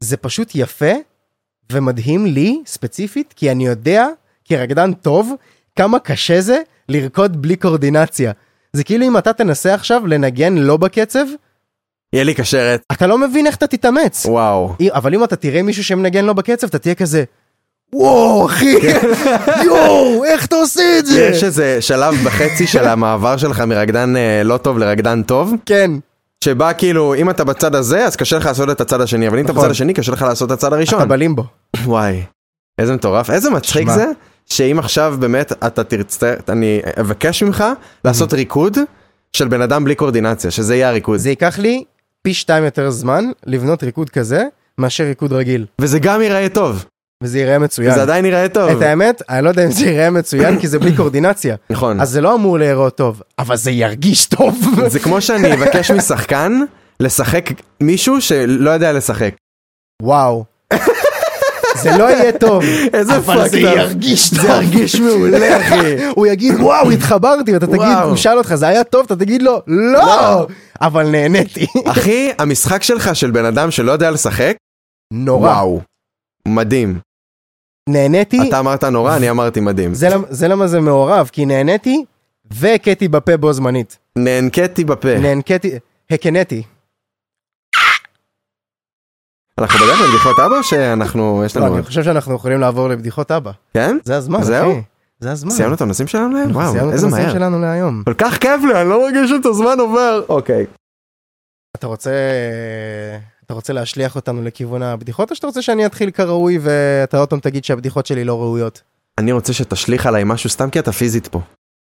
B: זה פשוט יפה ומדהים לי ספציפית, כי אני יודע, כרקדן טוב, כמה קשה זה לרקוד בלי קורדינציה. זה כאילו אם אתה תנסה עכשיו לנגן לא בקצב,
A: יהיה לי קשרת.
B: אתה לא מבין איך אתה תתאמץ.
A: וואו.
B: אי- אבל אם אתה תראה מישהו שמנגן לא בקצב, אתה תהיה כזה, וואו, אחי, יואו, איך אתה עושה את זה?
A: יש איזה שלב בחצי של המעבר שלך מרקדן אה, לא טוב לרקדן טוב,
B: כן.
A: שבה כאילו, אם אתה בצד הזה, אז קשה לך לעשות את הצד השני, אבל אם אתה
B: נכון.
A: בצד השני, קשה לך לעשות את הצד
B: אתה
A: הראשון.
B: בלימבו.
A: וואי, איזה מטורף, איזה מצחיק
B: שמע.
A: זה, שאם עכשיו באמת אתה תרצה, אני אבקש ממך לעשות ריקוד של בן אדם בלי קורדינציה, שזה יהיה הריקוד.
B: Mm-hmm. זה ייקח לי פי שתיים יותר זמן לבנות ריקוד כזה, מאשר ריקוד רגיל.
A: וזה גם ייראה טוב,
B: וזה ייראה מצוין.
A: וזה עדיין ייראה טוב.
B: כן. את האמת, אני לא יודע אם זה ייראה מצוין, כי זה בלי קורדינציה.
A: נכון.
B: אז זה לא אמור להיראות טוב, אבל זה ירגיש טוב.
A: זה כמו שאני אבקש משחקן לשחק מישהו שלא יודע לשחק.
B: וואו. זה לא יהיה טוב.
A: איזה
B: אבל זה
A: fucked up.
B: ירגיש טוב.
A: זה ירגיש מעולה, אחי.
B: הוא יגיד וואו התחברתי ואתה תגיד
A: וואו.
B: הוא שאל אותך זה היה טוב אתה תגיד לו לא אבל נהניתי
A: אחי, המשחק שלך של בן אדם שלא יודע לשחק,
B: נורא
A: וואו. מדהים.
B: נהניתי
A: אתה אמרת נורא, אני אמרתי מדהים.
B: זה למ- זה למה זה מעורב כי נהניתי והכיתי בפה בו זמנית
A: נהנקתי בפה.
B: נהנקתי הקנאתי
A: אנחנו בדרך כלל בדיחות אבא או שאנחנו, יש
B: לא,
A: לנו...
B: אני חושב שאנחנו יכולים לעבור לבדיחות אבא
A: כן?
B: זה הזמן
A: זהו?
B: אחי. זה הזמן
A: סיימנו את הנושאים שלנו להם?
B: אנחנו
A: וואו,
B: סיימנו את
A: איזה
B: הנושאים
A: מהר.
B: שלנו להיום
A: כל כך כיף לי, אני לא מרגיש את הזמן עובר. אוקיי.
B: אתה רוצה אתה רוצה להשליך אותנו לכיוון הבדיחות או שאתה רוצה שאני אתחיל כראוי ואתה עוד פעם תגיד שהבדיחות שלי לא ראויות
A: אני רוצה שתשליך עליי משהו סתם כי אתה פיזית פה.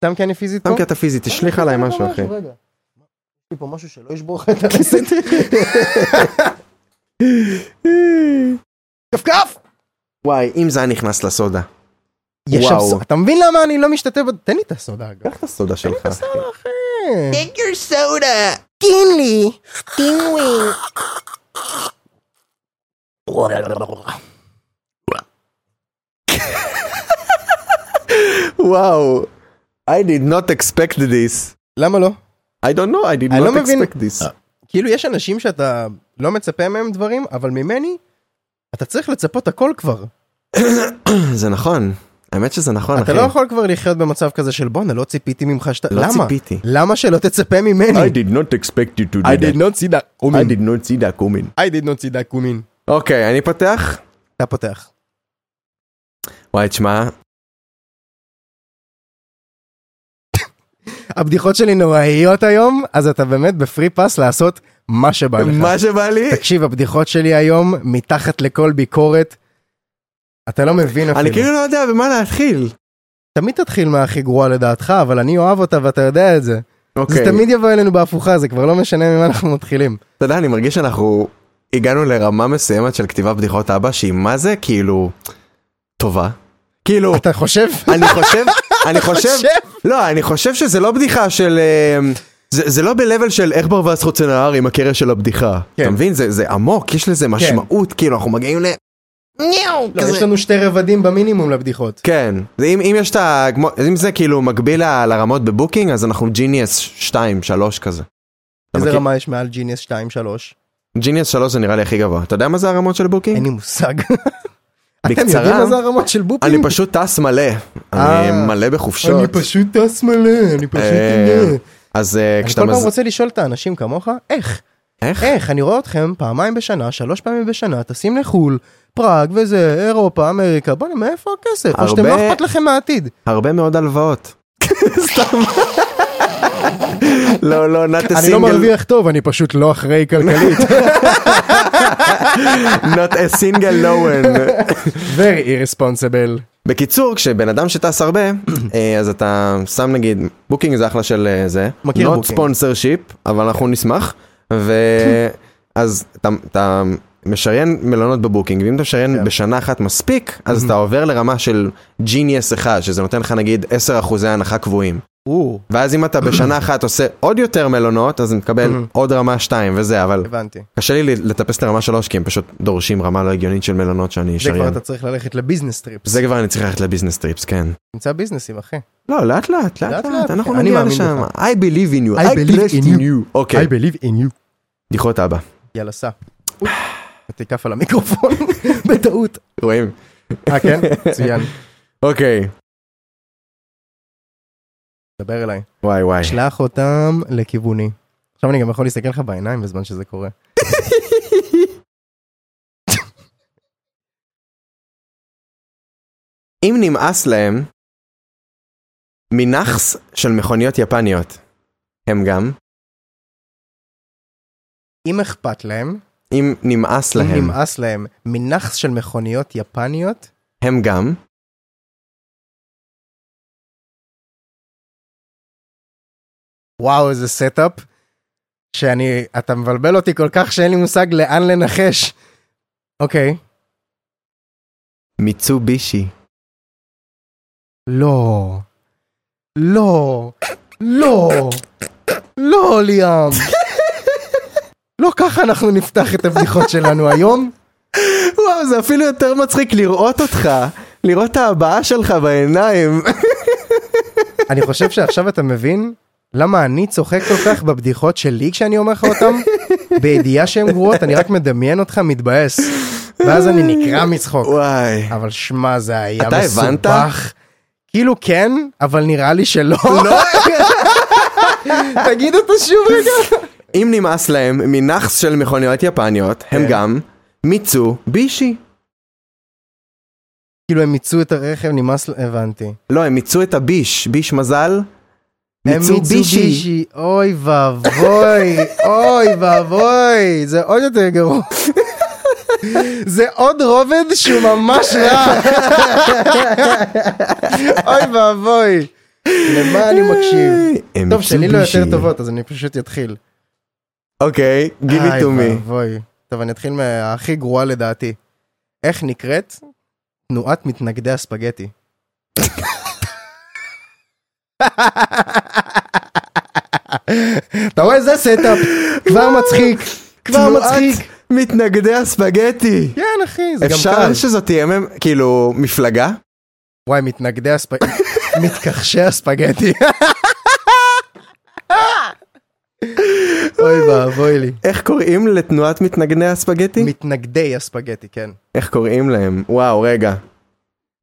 B: סתם כי אני פיזית
A: סתם
B: פה?
A: כי אתה פיזית, תשליך עליי משהו, אחי.
B: רגע. יש לי פה משהו שלא ישבור לך את הרסת. כפכף!
A: וואי, אם זה היה נכנס לסודה.
B: יש שם
A: וואו.
B: סודה. אתה מבין למה אני לא משתתף? ב- תן לי את הסודה, אגב.
A: קח את הסודה שלך.
B: אה,
C: Take your soda!
B: תן לי!
C: Dingwing!
A: וואו. I did not expect this.
B: למה לא?
A: I don't know, I did
B: אני לא
A: not
B: מבין.
A: expect this.
B: כאילו, יש אנשים שאתה לא מצפה מהם דברים, אבל ממני, אתה צריך לצפות הכל כבר.
A: זה נכון. האמת שזה נכון, אחי.
B: אתה לא יכול כבר לחיות במצב כזה של בואנה, לא ציפיתי ממך שאתה...
A: לא
B: למה?
A: ציפיתי.
B: למה שלא תצפה ממני?
A: did not expect you to
B: I did not see that coming.
A: not see that coming.
B: I did not see that coming.
A: אוקיי, אני פותח.
B: אתה פותח.
A: וואי, תשמע,
B: הבדיחות שלי נוראיות היום, אז אתה באמת בפרי פס לעשות מה שבא לך.
A: מה שבא לי,
B: תקשיב, הבדיחות שלי היום, מתחת לכל ביקורת, אתה לא מבין אפילו.
A: אני כאילו לא יודע במה להתחיל.
B: תמיד תתחיל מהכי גרועה לדעתך, אבל אני אוהב אותה ואתה יודע את זה.
A: אוקיי.
B: זה תמיד יבוא אלינו בהפוכה, זה כבר לא משנה ממה אנחנו מתחילים.
A: אתה יודע, אני מרגיש שאנחנו הגענו לרמה מסוימת של כתיבת בדיחות אבא, שהיא מה זה כאילו טובה. כאילו,
B: אתה חושב?
A: אני חושב, אני חושב,
B: חושב?
A: לא, אני חושב שזה לא בדיחה של, אמ, זה זה לא ב-level של איך ברווז חוצה נהר עם הקרע של הבדיחה.
B: כן.
A: אתה מבין? זה- זה עמוק, יש לזה משמעות, כאילו, אנחנו מגיעים ל...
C: Meow!
B: לא, יש לנו שתי רבדים במינימום לבדיחות.
A: כן, זה אם, אם יש את ה... כמו- אם זה כאילו מקביל ל- לרמות בבוקינג, אז אנחנו ג'יניאס 2, 3 כזה. אתה
B: איזה
A: מכיר?
B: רמה יש מעל ג'יניוס 2-3?
A: ג'יניאס 3 זה נראה לי הכי גבוה. אתה יודע מה זה הרמות של
B: אין
A: בוקינג?
B: לי מושג. אתם יודעים
A: כן. בקצרה,
B: מה זה הרמות של בופים?
A: אני פשוט טס מלא.
B: אה.
A: אני מלא בחופשות.
B: אני פשוט טס מלא, אני פשוט...
A: אה,
B: מלא.
A: אז אה,
B: אני כל
A: כשאתה
B: פעם
A: מז...
B: רוצה לשאול את האנשים כמוך, איך?
A: איך?
B: איך? אני רואה אתכם פעמיים בשנה, שלוש פעמים בשנה, טסים לחו"ל, פראג וזה, אירופה, אמריקה, בוא'נה, מאיפה הכסף? או שאתם לא
A: הרבה-
B: אכפת לכם מהעתיד.
A: הרבה מאוד הלוואות. סתם. לא, לא, not a
B: אני לא
A: single,
B: מרוויח טוב, אני פשוט לא אחראי כלכלית.
A: not a single loan.
B: Very irresponsible.
A: בקיצור, כשבן אדם שטס הרבה, אה, אז אתה שם נגיד, בוקינג זה אחלה של אה, זה.
B: מכיר
A: Not
B: בוקינג.
A: ספונסר שיפ, אבל אנחנו נשמח. ואז אתה, אתה משריין מלונות בבוקינג, ואם אתה
B: כן.
A: משריין בשנה אחת מספיק,
B: Mhm.
A: אז אתה עובר לרמה של ג'יניאס אחד, שזה נותן לך נגיד 10% הנחה קבועים.
B: או,
A: ואז אם אתה בשנה אחת עושה עוד יותר מלונות, אז
B: Mhm.
A: מקבל עוד רמה 2 וזה, אבל
B: הבנתי.
A: קשה לי לטפס לרמה 3, כי הם פשוט דורשים רמה לא הגיונית של מלונות שאני
B: זה כבר
A: אשריין.
B: אתה צריך ללכת לביזנס טריפס.
A: זה כבר אני צריך ללכת לביזנס טריפס, כן.
B: נמצא ביזנסים, אחי.
A: לא, לאט לאט, לאט
B: לאט,
A: לאט, אנחנו
B: כן, אני
A: נגיע
B: מאמין
A: לשם.
B: בך.
A: I believe in you,
B: I believe
A: trust
B: in you.
A: אוקיי,
B: believe in you.
A: בדיחות אבא.
B: יאללה, סע. תיקף על המיקרופון, בטעות.
A: רואים?
B: אה, כן? מצוין.
A: אוקיי.
B: דבר אליי.
A: וואי וואי.
B: שלח אותם לכיווני. עכשיו אני גם יכול להסתכל לך בעיניים בזמן שזה קורה.
A: אם נמאס להם מנאחס של מכוניות יפניות, הם גם,
B: אם אכפת להם,
A: אם נמאס
B: אם
A: להם,
B: נמאס להם מנאחס של מכוניות יפניות,
A: הם גם,
B: וואו איזה סטאפ, שאני, אתה מבלבל אותי כל כך שאין לי מושג לאן לנחש. אוקיי.
A: מיצובישי.
B: לא. לא. לא. לא, ליאם. לא ככה אנחנו נפתח את הבדיחות שלנו היום.
A: וואו, זה אפילו יותר מצחיק לראות אותך, לראות את ההבעה שלך בעיניים.
B: אני חושב שעכשיו אתה מבין למה אני צוחק כל כך בבדיחות שלי כשאני אומר לך אותם, בידיעה שהן גרועות, אני רק מדמיין אותך מתבאס. ואז אני נקרע מצחוק.
A: וואי.
B: אבל שמע, זה היה
A: אתה הבנת?
B: מסובך. כאילו כן, אבל נראה לי שלא.
A: לא.
B: תגיד אותו שוב רגע.
A: אם נמאס להם מנאחס של מכוניות יפניות,
B: כן.
A: הם גם מיצו בישי.
B: כאילו הם מיצו את הרכב, נמאס, ל- הבנתי.
A: לא, הם מיצו את הביש, ביש מזל.
B: הם
A: מיצו בישי.
B: מיצובישי, אוי ואבוי, אוי ואבוי, זה עוד יותר גרוע. זה עוד רובד שהוא ממש רע. אוי ואבוי. למה אני מקשיב?
A: הם
B: טוב,
A: מיצו
B: שלי לא
A: בישי.
B: יותר טובות, אז אני פשוט אתחיל.
A: אוקיי, give it
B: איי
A: to me.
B: ואבוי. טוב, אני אתחיל מהכי גרועה לדעתי. איך נקראת תנועת מתנגדי הספגטי? אתה רואה? זה סטאפ. כבר מצחיק. כבר
A: תנועת
B: מצחיק.
A: מתנגדי הספגטי.
B: כן, אחי, זה גם קל.
A: אפשר שזאת תהיה מ- כאילו מפלגה?
B: וואי, מתנגדי הספגטי. מתכחשי הספגטי. אוי ואבוי לי.
A: איך קוראים לתנועת מתנגדי הספגטי?
B: מתנגדי הספגטי, כן.
A: איך קוראים להם? וואו, רגע.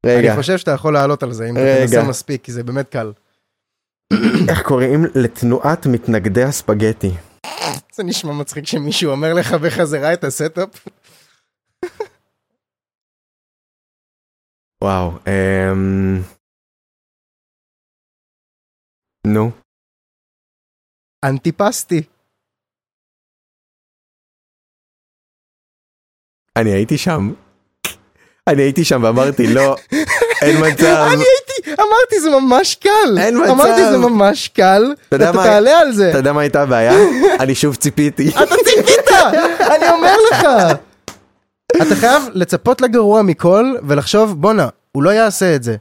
A: רגע,
B: אני חושב שאתה יכול לעלות על זה אם
A: רגע.
B: אתה תנסה מספיק, כי זה באמת קל.
A: איך קוראים לתנועת מתנגדי הספגטי?
B: זה נשמע מצחיק שמישהו אומר לך בחזרה את הסטאפ.
A: וואו, אמ... נו,
B: אנטיפסטי.
A: אני הייתי שם. אני הייתי שם ואמרתי, לא, אין מצב.
B: אני הייתי, אמרתי זה ממש קל.
A: אין מצב.
B: אמרתי זה ממש קל,
A: אתה יודע
B: ואתה
A: מה-
B: תעלה על זה.
A: אתה יודע מה הייתה הבעיה? אני שוב ציפיתי.
B: אתה ציפית, אני אומר לך. אתה חייב לצפות לגרוע מכל ולחשוב בואנה, הוא לא יעשה את זה.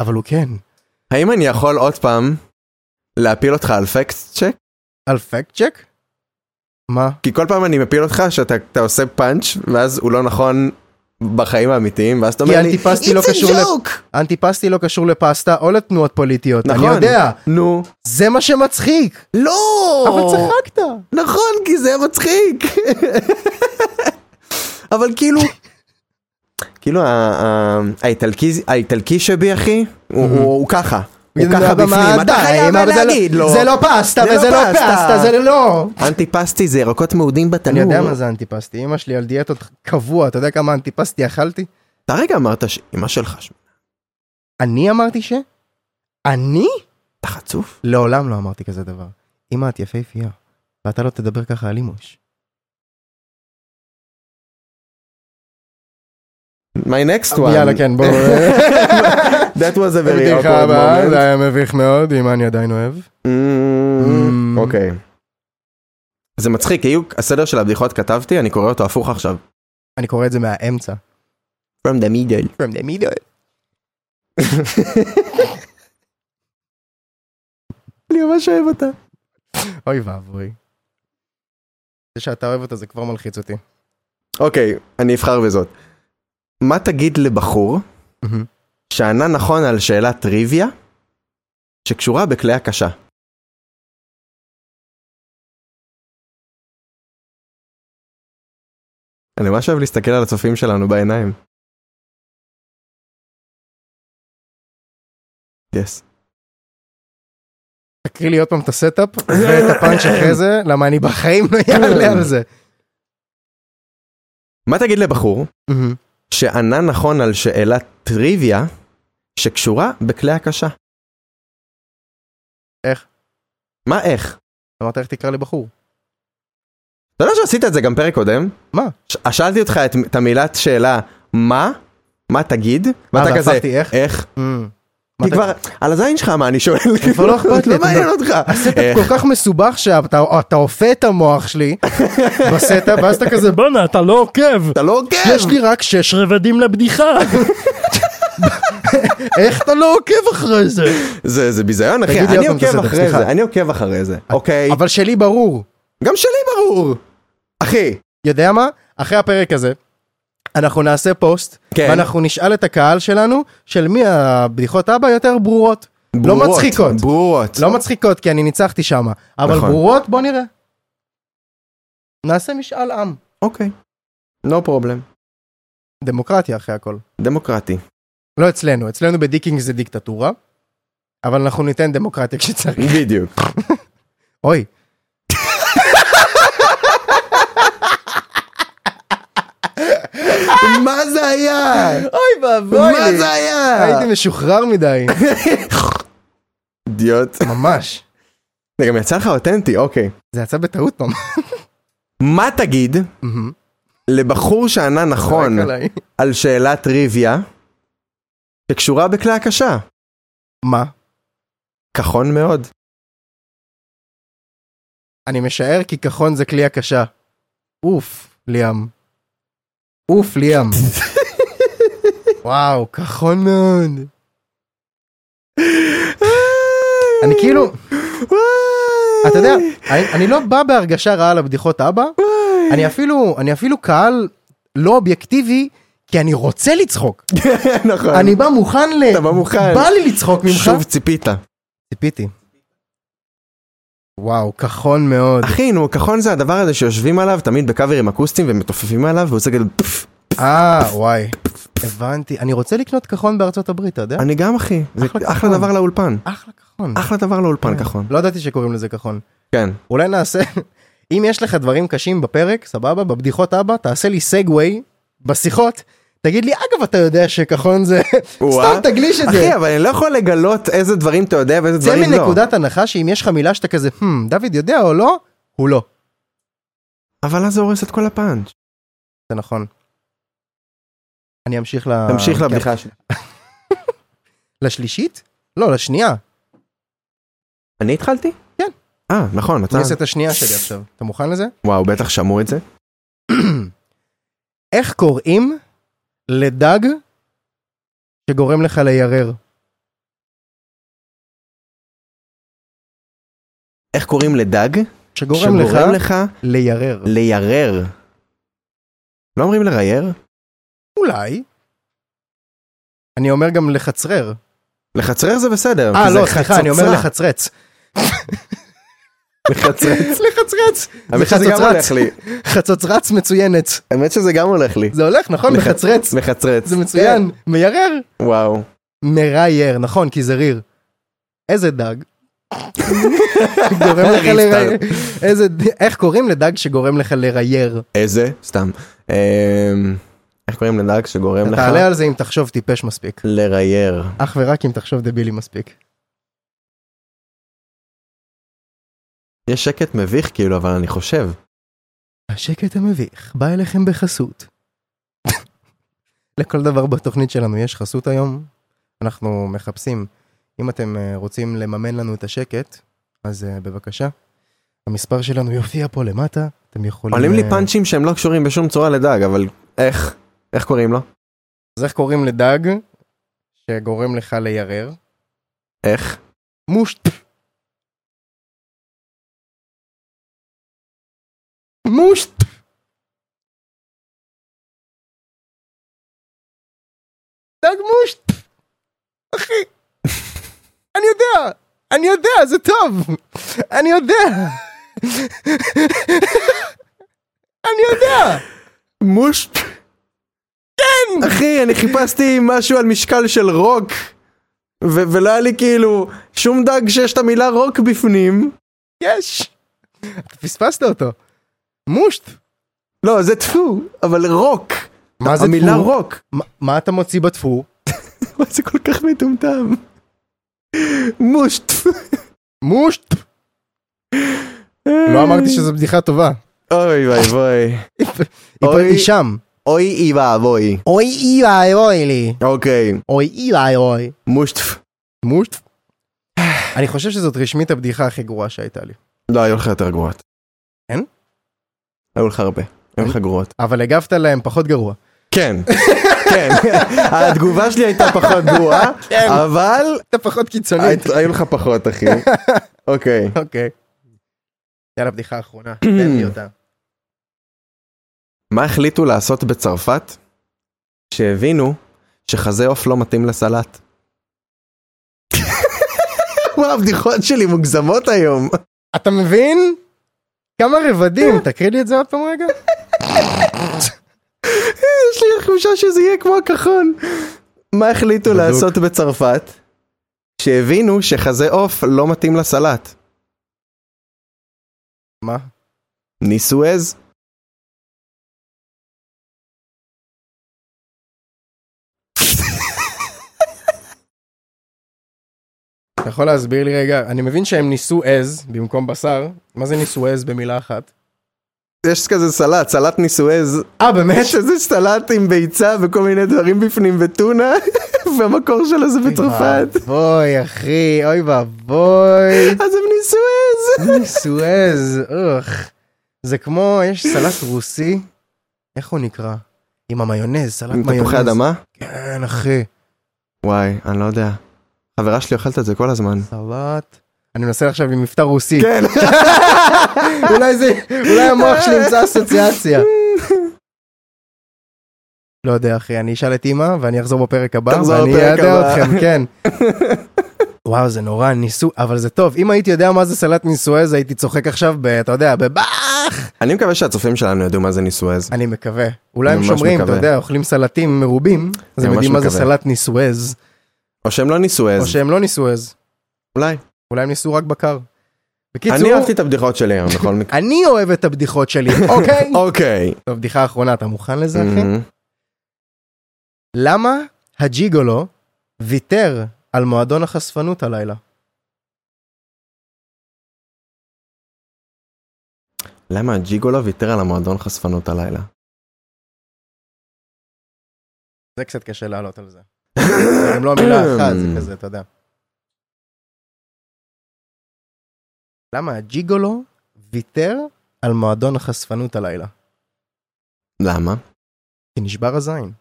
B: אבל הוא כן.
A: האם אני יכול עוד פעם להפיל אותך על פקט צ'ק?
B: על פקט צ'ק? מה?
A: כי כל פעם אני מפיל אותך שאתה אתה עושה פאנץ' ואז הוא לא נכון בחיים האמיתיים ואז אתה
B: כי
A: אומר לי
B: אנטיפסטי לא קשור לפ... אנטיפסטי לא קשור לפסטה או לתנועות פוליטיות,
A: נכון.
B: אני יודע.
A: נו
B: זה מה שמצחיק.
A: לא
B: אבל צחקת.
A: נכון כי זה היה מצחיק אבל כאילו כאילו ה- ה- האיטלקי האיטלקי שבי אחי הוא- הוא הוא ככה הוא ככה בפנים אתה חייב להגיד לו
B: זה לא פסטה
A: זה לא
B: וזה לא
A: פסטה.
B: פסטה, זה לא...
A: אנטיפסטי זה ירקות מעודים
B: אני
A: בתנור
B: יודע מה זה אנטיפסטי, אמא שלי על דיאטות קבוע, אתה יודע כמה אנטיפסטי אכלתי?
A: אתה רגע אמרת שאמא שלך ש-
B: אני אמרתי ש... אני?
A: אתה חצוף
B: לעולם לא אמרתי כזה דבר. אמא, את יפהפייה, ואתה לא תדבר ככה על אימוש.
A: my next one
B: יאללה, כן, בואו.
A: that was a very
B: בדיחה
A: awkward
B: הבאה, זה
A: moment
B: היה מביך מאוד, אמא אני עדיין אוהב.
A: Mm, אוקיי. זה מצחיק, היו, הסדר של הבדיחות כתבתי, אני קורא אותו הפוך עכשיו.
B: אני קורא את זה מהאמצע.
A: From the middle.
B: From the middle.
A: אני ממש אוהב אותה.
B: אוי ואבוי. זה שאתה אוהב אותה זה כבר מלחיץ אותי.
A: אוקיי, אני אבחר בזאת. מה תגיד לבחור
B: מהמם.
A: שענה נכון על שאלת טריוויה שקשורה בכלי הקשה? אני ממש אוהב להסתכל על הצופים שלנו בעיניים. יס.
B: תקריא לי עוד פעם את הסטאפ ואת הפאנץ' אחרי זה, למה אני בחיים לא
A: כן.
B: אעלה על זה.
A: מה תגיד לבחור שענה נכון על שאלת טריוויה שקשורה בכלי הקשה?
B: איך?
A: מה איך?
B: אמרת איך תקרא לבחור.
A: אתה יודע שעשית את זה גם פרק קודם?
B: מה?
A: ש- אה, שאלתי אותך את, את המילת שאלה מה? מה תגיד? ואתה כזה
B: אה, והפכתי איך?
A: איך?
B: מה
A: כי
B: אתה-
A: כבר על הזין שלך מה אני שואל?
B: כבר לא אכפת לי,
A: לא
B: אתה
A: מעניין
B: יודע.
A: אותך. אה,
B: הסטאפ
A: איך?
B: כל כך מסובך שאתה אתה אופה את המוח שלי בסטאפ ואז אתה כזה בואנה אתה לא עוקב
A: אתה לא עוקב.
B: יש לי רק שש רבדים לבדיחה איך אתה לא עוקב אחרי זה
A: זה זה ביזיון אחי.
B: תגיד לי
A: אני
B: עוד פעם את
A: עוקב
B: הסדר,
A: אחרי
B: סליחה.
A: זה. אני עוקב אחרי זה. אוקיי.
B: אבל שלי ברור
A: גם שלי ברור. אחי.
B: יודע מה אחרי הפרק הזה אנחנו נעשה פוסט,
A: כן.
B: ואנחנו נשאל את הקהל שלנו של מי הבדיחות אבא יותר ברורות.
A: ברורות,
B: לא מצחיקות.
A: ברורות.
B: לא מצחיקות, כי אני ניצחתי שם. אבל
A: נכון.
B: ברורות, בוא נראה. נעשה משאל עם.
A: אוקיי. נו פרובלם.
B: דמוקרטיה אחרי הכל.
A: דמוקרטי.
B: לא אצלנו, אצלנו בדיקינג זה דיקטטורה, אבל אנחנו ניתן דמוקרטיה כשצריך.
A: בדיוק.
B: אוי.
A: מה זה היה?
B: אוי ואבוי
A: מה זה היה?
B: הייתי משוחרר מדי,
A: אידיוט.
B: ממש.
A: זה גם יצא לך אותנטי, אוקיי.
B: זה יצא בטעות ממש.
A: מה תגיד לבחור שענה נכון
B: צחק עליי.
A: על שאלת טריוויה שקשורה בכלי הקשה?
B: מה?
A: כחון מאוד.
B: אני משער כי כחון זה כלי הקשה. אוף, ליאם. אוף, ליאם. וואו, כחון מאוד. אני כאילו, אתה יודע, אני, אני לא בא בהרגשה רעה על הבדיחות אבא, אני אפילו, אני אפילו קהל לא אובייקטיבי, כי אני רוצה לצחוק.
A: נכון.
B: אני בא מוכן ל...
A: אתה בא מוכן.
B: בא לי לצחוק ממך.
A: שוב ציפית.
B: ציפיתי. וואו, כחון מאוד.
A: אחי, נו, כחון זה הדבר הזה שיושבים עליו תמיד בקאברים אקוסטיים ומתופפים עליו והוא עושה כאילו, כזה פפפ.
B: אה, וואי. הבנתי. אני רוצה לקנות כחון בארצות הברית, אתה יודע?
A: אני גם אחי. זה
B: אחלה
A: אחלה
B: כחון.
A: דבר לאולפן.
B: אחלה כחון.
A: אחלה דבר לאולפן כחון.
B: לא ידעתי שקוראים לזה כחון.
A: כן.
B: אולי נעשה... אם יש לך דברים קשים בפרק, סבבה, בבדיחות אבא, תעשה לי סגווי בשיחות. תגיד לי, אגב, אתה יודע שכחון זה...
A: וואה.
B: סתם תגליש את זה.
A: אחי, אבל אני לא יכול לגלות איזה דברים אתה יודע ואיזה
B: צא
A: דברים לא.
B: מנקודת הנחה שאם יש לך מילה שאתה כזה, "הם, דוד יודע או לא, הוא לא.
A: אבל אז זה הורס את כל הפאנץ'.
B: זה נכון. אני אמשיך ל...
A: תמשיך
B: כן.
A: לבדיחה שלי.
B: לשלישית? לא, לשנייה.
A: אני התחלתי?
B: כן.
A: אה, נכון, אתה...
B: אני אעשה את השנייה שלי עכשיו. אתה מוכן לזה?
A: וואו, בטח שמעו את זה.
B: איך קוראים לדג שגורם לך לירר?
A: איך קוראים לדג?
B: שגורם לך
A: שגורם לך
B: לירר.
A: לירר. לא אומרים לרייר?
B: אולי. אני אומר גם לחצרר.
A: לחצרר זה בסדר.
B: אה,
A: כי זה
B: לא, סליחה, אני אומר
A: חצוצרה.
B: לחצרץ.
A: לחצרץ.
B: לחצרץ! זה
A: האמת שזה גם
B: חצוצרץ.
A: הולך לי.
B: חצוצרץ מצוינת.
A: האמת שזה גם הולך לי.
B: זה הולך, נכון?
A: לח-
B: לחצרץ.
A: לחצרץ.
B: זה מצוין. מירר.
A: כן. וואו.
B: מרייר, נכון, כי זה ריר. איזה דג. גורם לך לרייר.
A: ריסטארט.
B: איזה, ד- איך קוראים לדג שגורם לך לרייר?
A: איזה? סתם. אמ, איך קוראים לדג שגורם לך?
B: אתה תעלה על זה אם תחשוב טיפש מספיק.
A: לרייר.
B: אך ורק אם תחשוב דבילי מספיק.
A: יש שקט מביך כאילו, אבל אני חושב.
B: השקט המביך בא אליכם בחסות. לכל דבר בתוכנית שלנו יש חסות היום. אנחנו מחפשים. אם אתם אה, רוצים לממן לנו את השקט, אז אה, בבקשה. המספר שלנו יופיע פה למטה. אתם יכולים...
A: עולים לי
B: אה,
A: פאנצ'ים שהם לא קשורים בשום צורה לדג, אבל איך? איך קוראים לו?
B: אז איך קוראים לדג שגורם לך לירר?
A: איך?
B: מושט. מושט. דג מושט. אחי. אני יודע. אני יודע, זה טוב. אני יודע. אני יודע.
A: מושט. כן! אחי, אני חיפשתי משהו על משקל של רוק, ו- ולא היה לי כאילו שום דג שיש את המילה רוק בפנים.
B: יש. אתה פספסת אותו. מושט.
A: לא, זה טפו, אבל רוק.
B: מה זה
A: המילה
B: טפו?
A: רוק.
B: מה- מה אתה מוציא בטפו?
A: מה זה כל כך מטומטם? מושט.
B: מושט. לא אמרתי שזו בדיחה טובה.
A: אוי ואי ואי.
B: היא פ-
A: אוי.
B: היא שם.
A: אוי אי ואבוי.
B: אוי אי ואי אוי לי.
A: אוקיי,
B: אוי אי ואי אוי.
A: מושט.
B: מושט. אני חושב שזאת רשמית הבדיחה הכי גרועה שהייתה לי.
A: לא, היו לך יותר גרועות.
B: כן?
A: היו לך הרבה. היו לך גרועות.
B: אבל הגבת להם פחות גרוע.
A: כן. כן. התגובה שלי הייתה פחות גרועה,
B: כן.
A: אבל
B: אה, אתה פחות קיצונית.
A: היו לך פחות אחי. אוקיי.
B: אוקיי. יאללה, בדיחה אחרונה. תן לי אותה.
A: מה החליטו לעשות בצרפת שהבינו שחזה עוף לא מתאים לסלט. וואו, הבדיחות שלי מוגזמות היום.
B: אתה מבין? כמה רבדים, תקריא לי את זה עוד פעם רגע.
A: אה, יש לי תחושה שזה יהיה כמו הכחול. מה החליטו
D: בדוק.
A: לעשות בצרפת? שהבינו שחזה עוף לא מתאים לסלט.
B: מה?
A: ניסו עז?
B: אתה יכול להסביר לי רגע? אני מבין שהם ניסו עז במקום בשר. מה זה ניסו עז במילה אחת?
A: יש כזה סלט, סלט ניסו עז.
B: אה, באמת?
A: יש איזה סלט עם ביצה וכל מיני דברים בפנים וטונה, והמקור שלו זה בצרפת.
B: אוי אחי, אוי ואבוי.
A: אז הם ניסו עז.
B: ניסו עז, אוח. זה כמו, יש סלט רוסי, איך הוא נקרא? עם המיונז, סלט
A: עם
B: מיונז.
A: תפוחי אדמה?
B: כן, אחי.
A: וואי, אני לא יודע. חברה שלי אוכלת את זה כל הזמן.
B: סלט. אני מנסה עכשיו עם מבטא רוסי.
A: כן.
B: אולי זה, אולי המוח שלי ימצא אסוציאציה. לא יודע אחי, אני אשאל את אימא ואני אחזור בפרק הבא,
A: תחזור
B: ואני
A: בפרק
B: אעדה
A: הבא.
B: אתכם, כן. וואו זה נורא ניסו, אבל זה טוב, אם הייתי יודע מה זה סלט נישואי אז הייתי צוחק עכשיו, ב, אתה יודע, בבאח!
A: אני מקווה שהצופים שלנו ידעו מה זה ניסו עז.
B: אני מקווה. אולי
A: אני
B: הם
A: ממש
B: שומרים, אתה
A: מקווה.
B: יודע, אוכלים סלטים מרובים, אז הם
A: אני ממש
B: יודעים מה זה
A: מקווה.
B: סלט נישואי,
A: או שהם לא ניסו
B: או
A: עז.
B: שהם לא נישואי,
A: אולי.
B: אולי הם ניסו רק בקר.
A: אני
B: בקיצור,
A: אהבתי את הבדיחות שלי היום בכל מקרה.
B: אני אוהב את הבדיחות שלי, אוקיי? Mm-hmm.
A: אוקיי.
B: טוב, בדיחה אחרונה, אתה מוכן לזה אחי?
A: מהמם.
B: למה הג'יגולו ויתר על מועדון החשפנות הלילה?
A: למה הג'יגולו ויתר על המועדון חשפנות הלילה?
B: זה קצת קשה לעלות על זה. זה גם לא מילה אחת, זה כזה, אתה יודע. למה הג'יגולו ויתר על מועדון החשפנות הלילה?
A: למה?
B: כי נשבר הזין.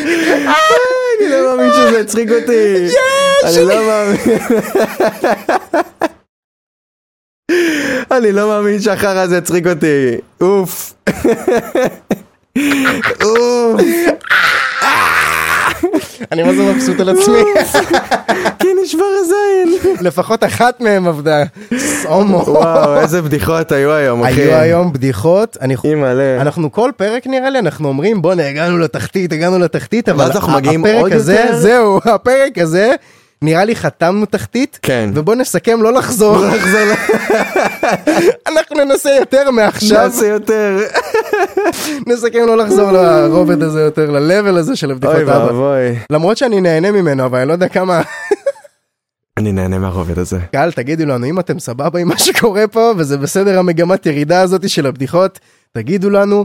A: אני לא מאמין שזה הצחיק אותי. אני לא מאמין. אני לא מאמין שהחרא הזה הצחיק אותי. אוף. אוף.
B: אני מה זה מבסוט על עצמי.
A: כי נשבר הזין.
B: לפחות אחת מהם עבדה. סומו.
A: וואו, איזה בדיחות היו היום, אחי.
B: היו היום בדיחות, אני חו-
A: אימא'לה.
B: אנחנו כל פרק נראה לי אנחנו אומרים בואנה הגענו לתחתית הגענו לתחתית אבל
A: ואז אנחנו
B: ה-
A: מגיעים
B: הפרק
A: עוד
B: הזה
A: יותר?
B: זהו הפרק הזה נראה לי חתמנו תחתית
A: כן.
B: ובוא נסכם לא לחזור אנחנו ננסה יותר מעכשיו
A: נעשה יותר.
B: נסכם לא לחזור לרובד הזה יותר ל-level הזה של הבדיחות
A: אוי
B: אבא
A: ואבוי.
B: למרות שאני נהנה ממנו אבל אני לא יודע כמה
A: אני נהנה מהרובד הזה.
B: קהל תגידו לנו אם אתם סבבה עם מה שקורה פה וזה בסדר המגמת ירידה הזאת של הבדיחות תגידו לנו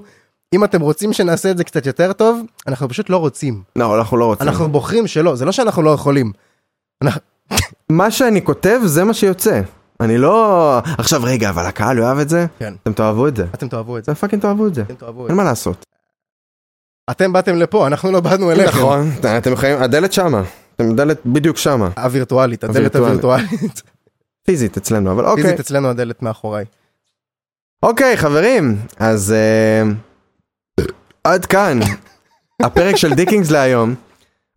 B: אם אתם רוצים שנעשה את זה קצת יותר טוב אנחנו פשוט לא רוצים
A: לא, אנחנו לא רוצים.
B: אנחנו בוחרים שלא זה לא שאנחנו לא יכולים. אנחנו-
A: מה שאני כותב זה מה שיוצא. אני לא... עכשיו רגע, אבל הקהל יאהב את זה?
B: כן.
A: אתם תאהבו את זה.
B: אתם תאהבו את זה
A: אתם פאקינג תאהבו את זה.
B: אתם תאהבו את
A: אין מה לעשות.
B: זה אתם באתם לפה אנחנו לא באנו אליכם
A: נכון. אתם יכולים... הדלת שמה. אתם דלת בדיוק שמה.
B: הווירטואלית הדלת
A: הווירטואלית.
B: הווירטואלית
A: פיזית אצלנו, אבל אוקיי.
B: פיזית אצלנו הדלת מאחוריי
A: אוקיי, חברים, אז אה, עד כאן הפרק של דיקינגס להיום.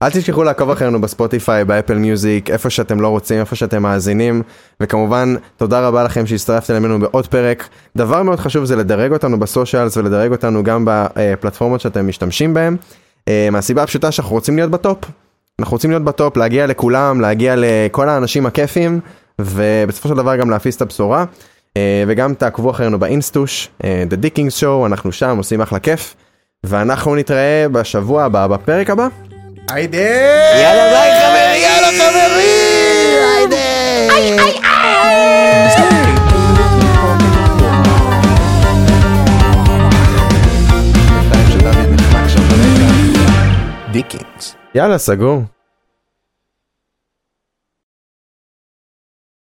A: אל תשכחו לעקוב אחרינו בספוטיפיי, באפל מיוזיק, איפה שאתם לא רוצים, איפה שאתם מאזינים, וכמובן, תודה רבה לכם שהצטרפתם אלינו בעוד פרק. דבר מאוד חשוב זה לדרג אותנו בסושיאלס ולדרג אותנו גם בפלטפורמות שאתם משתמשים בהן, אה, מהסיבה הפשוטה שאנחנו רוצים להיות בטופ. אנחנו רוצים להיות בטופ, להגיע לכולם, להגיע לכל האנשים הכיפים, ובסופו של דבר גם להפיס את הבשורה. אה, וגם תעקבו אחרינו באינסטוש, אה, The Dickings Show, אנחנו שם, עושים אחלה כיף. ואנחנו נתראה בשבוע הבא, בפרק הבא.
B: היידה
C: יאללה ביי חברים!
B: יאללה חברים
D: דיקינגס. יאללה, סגור.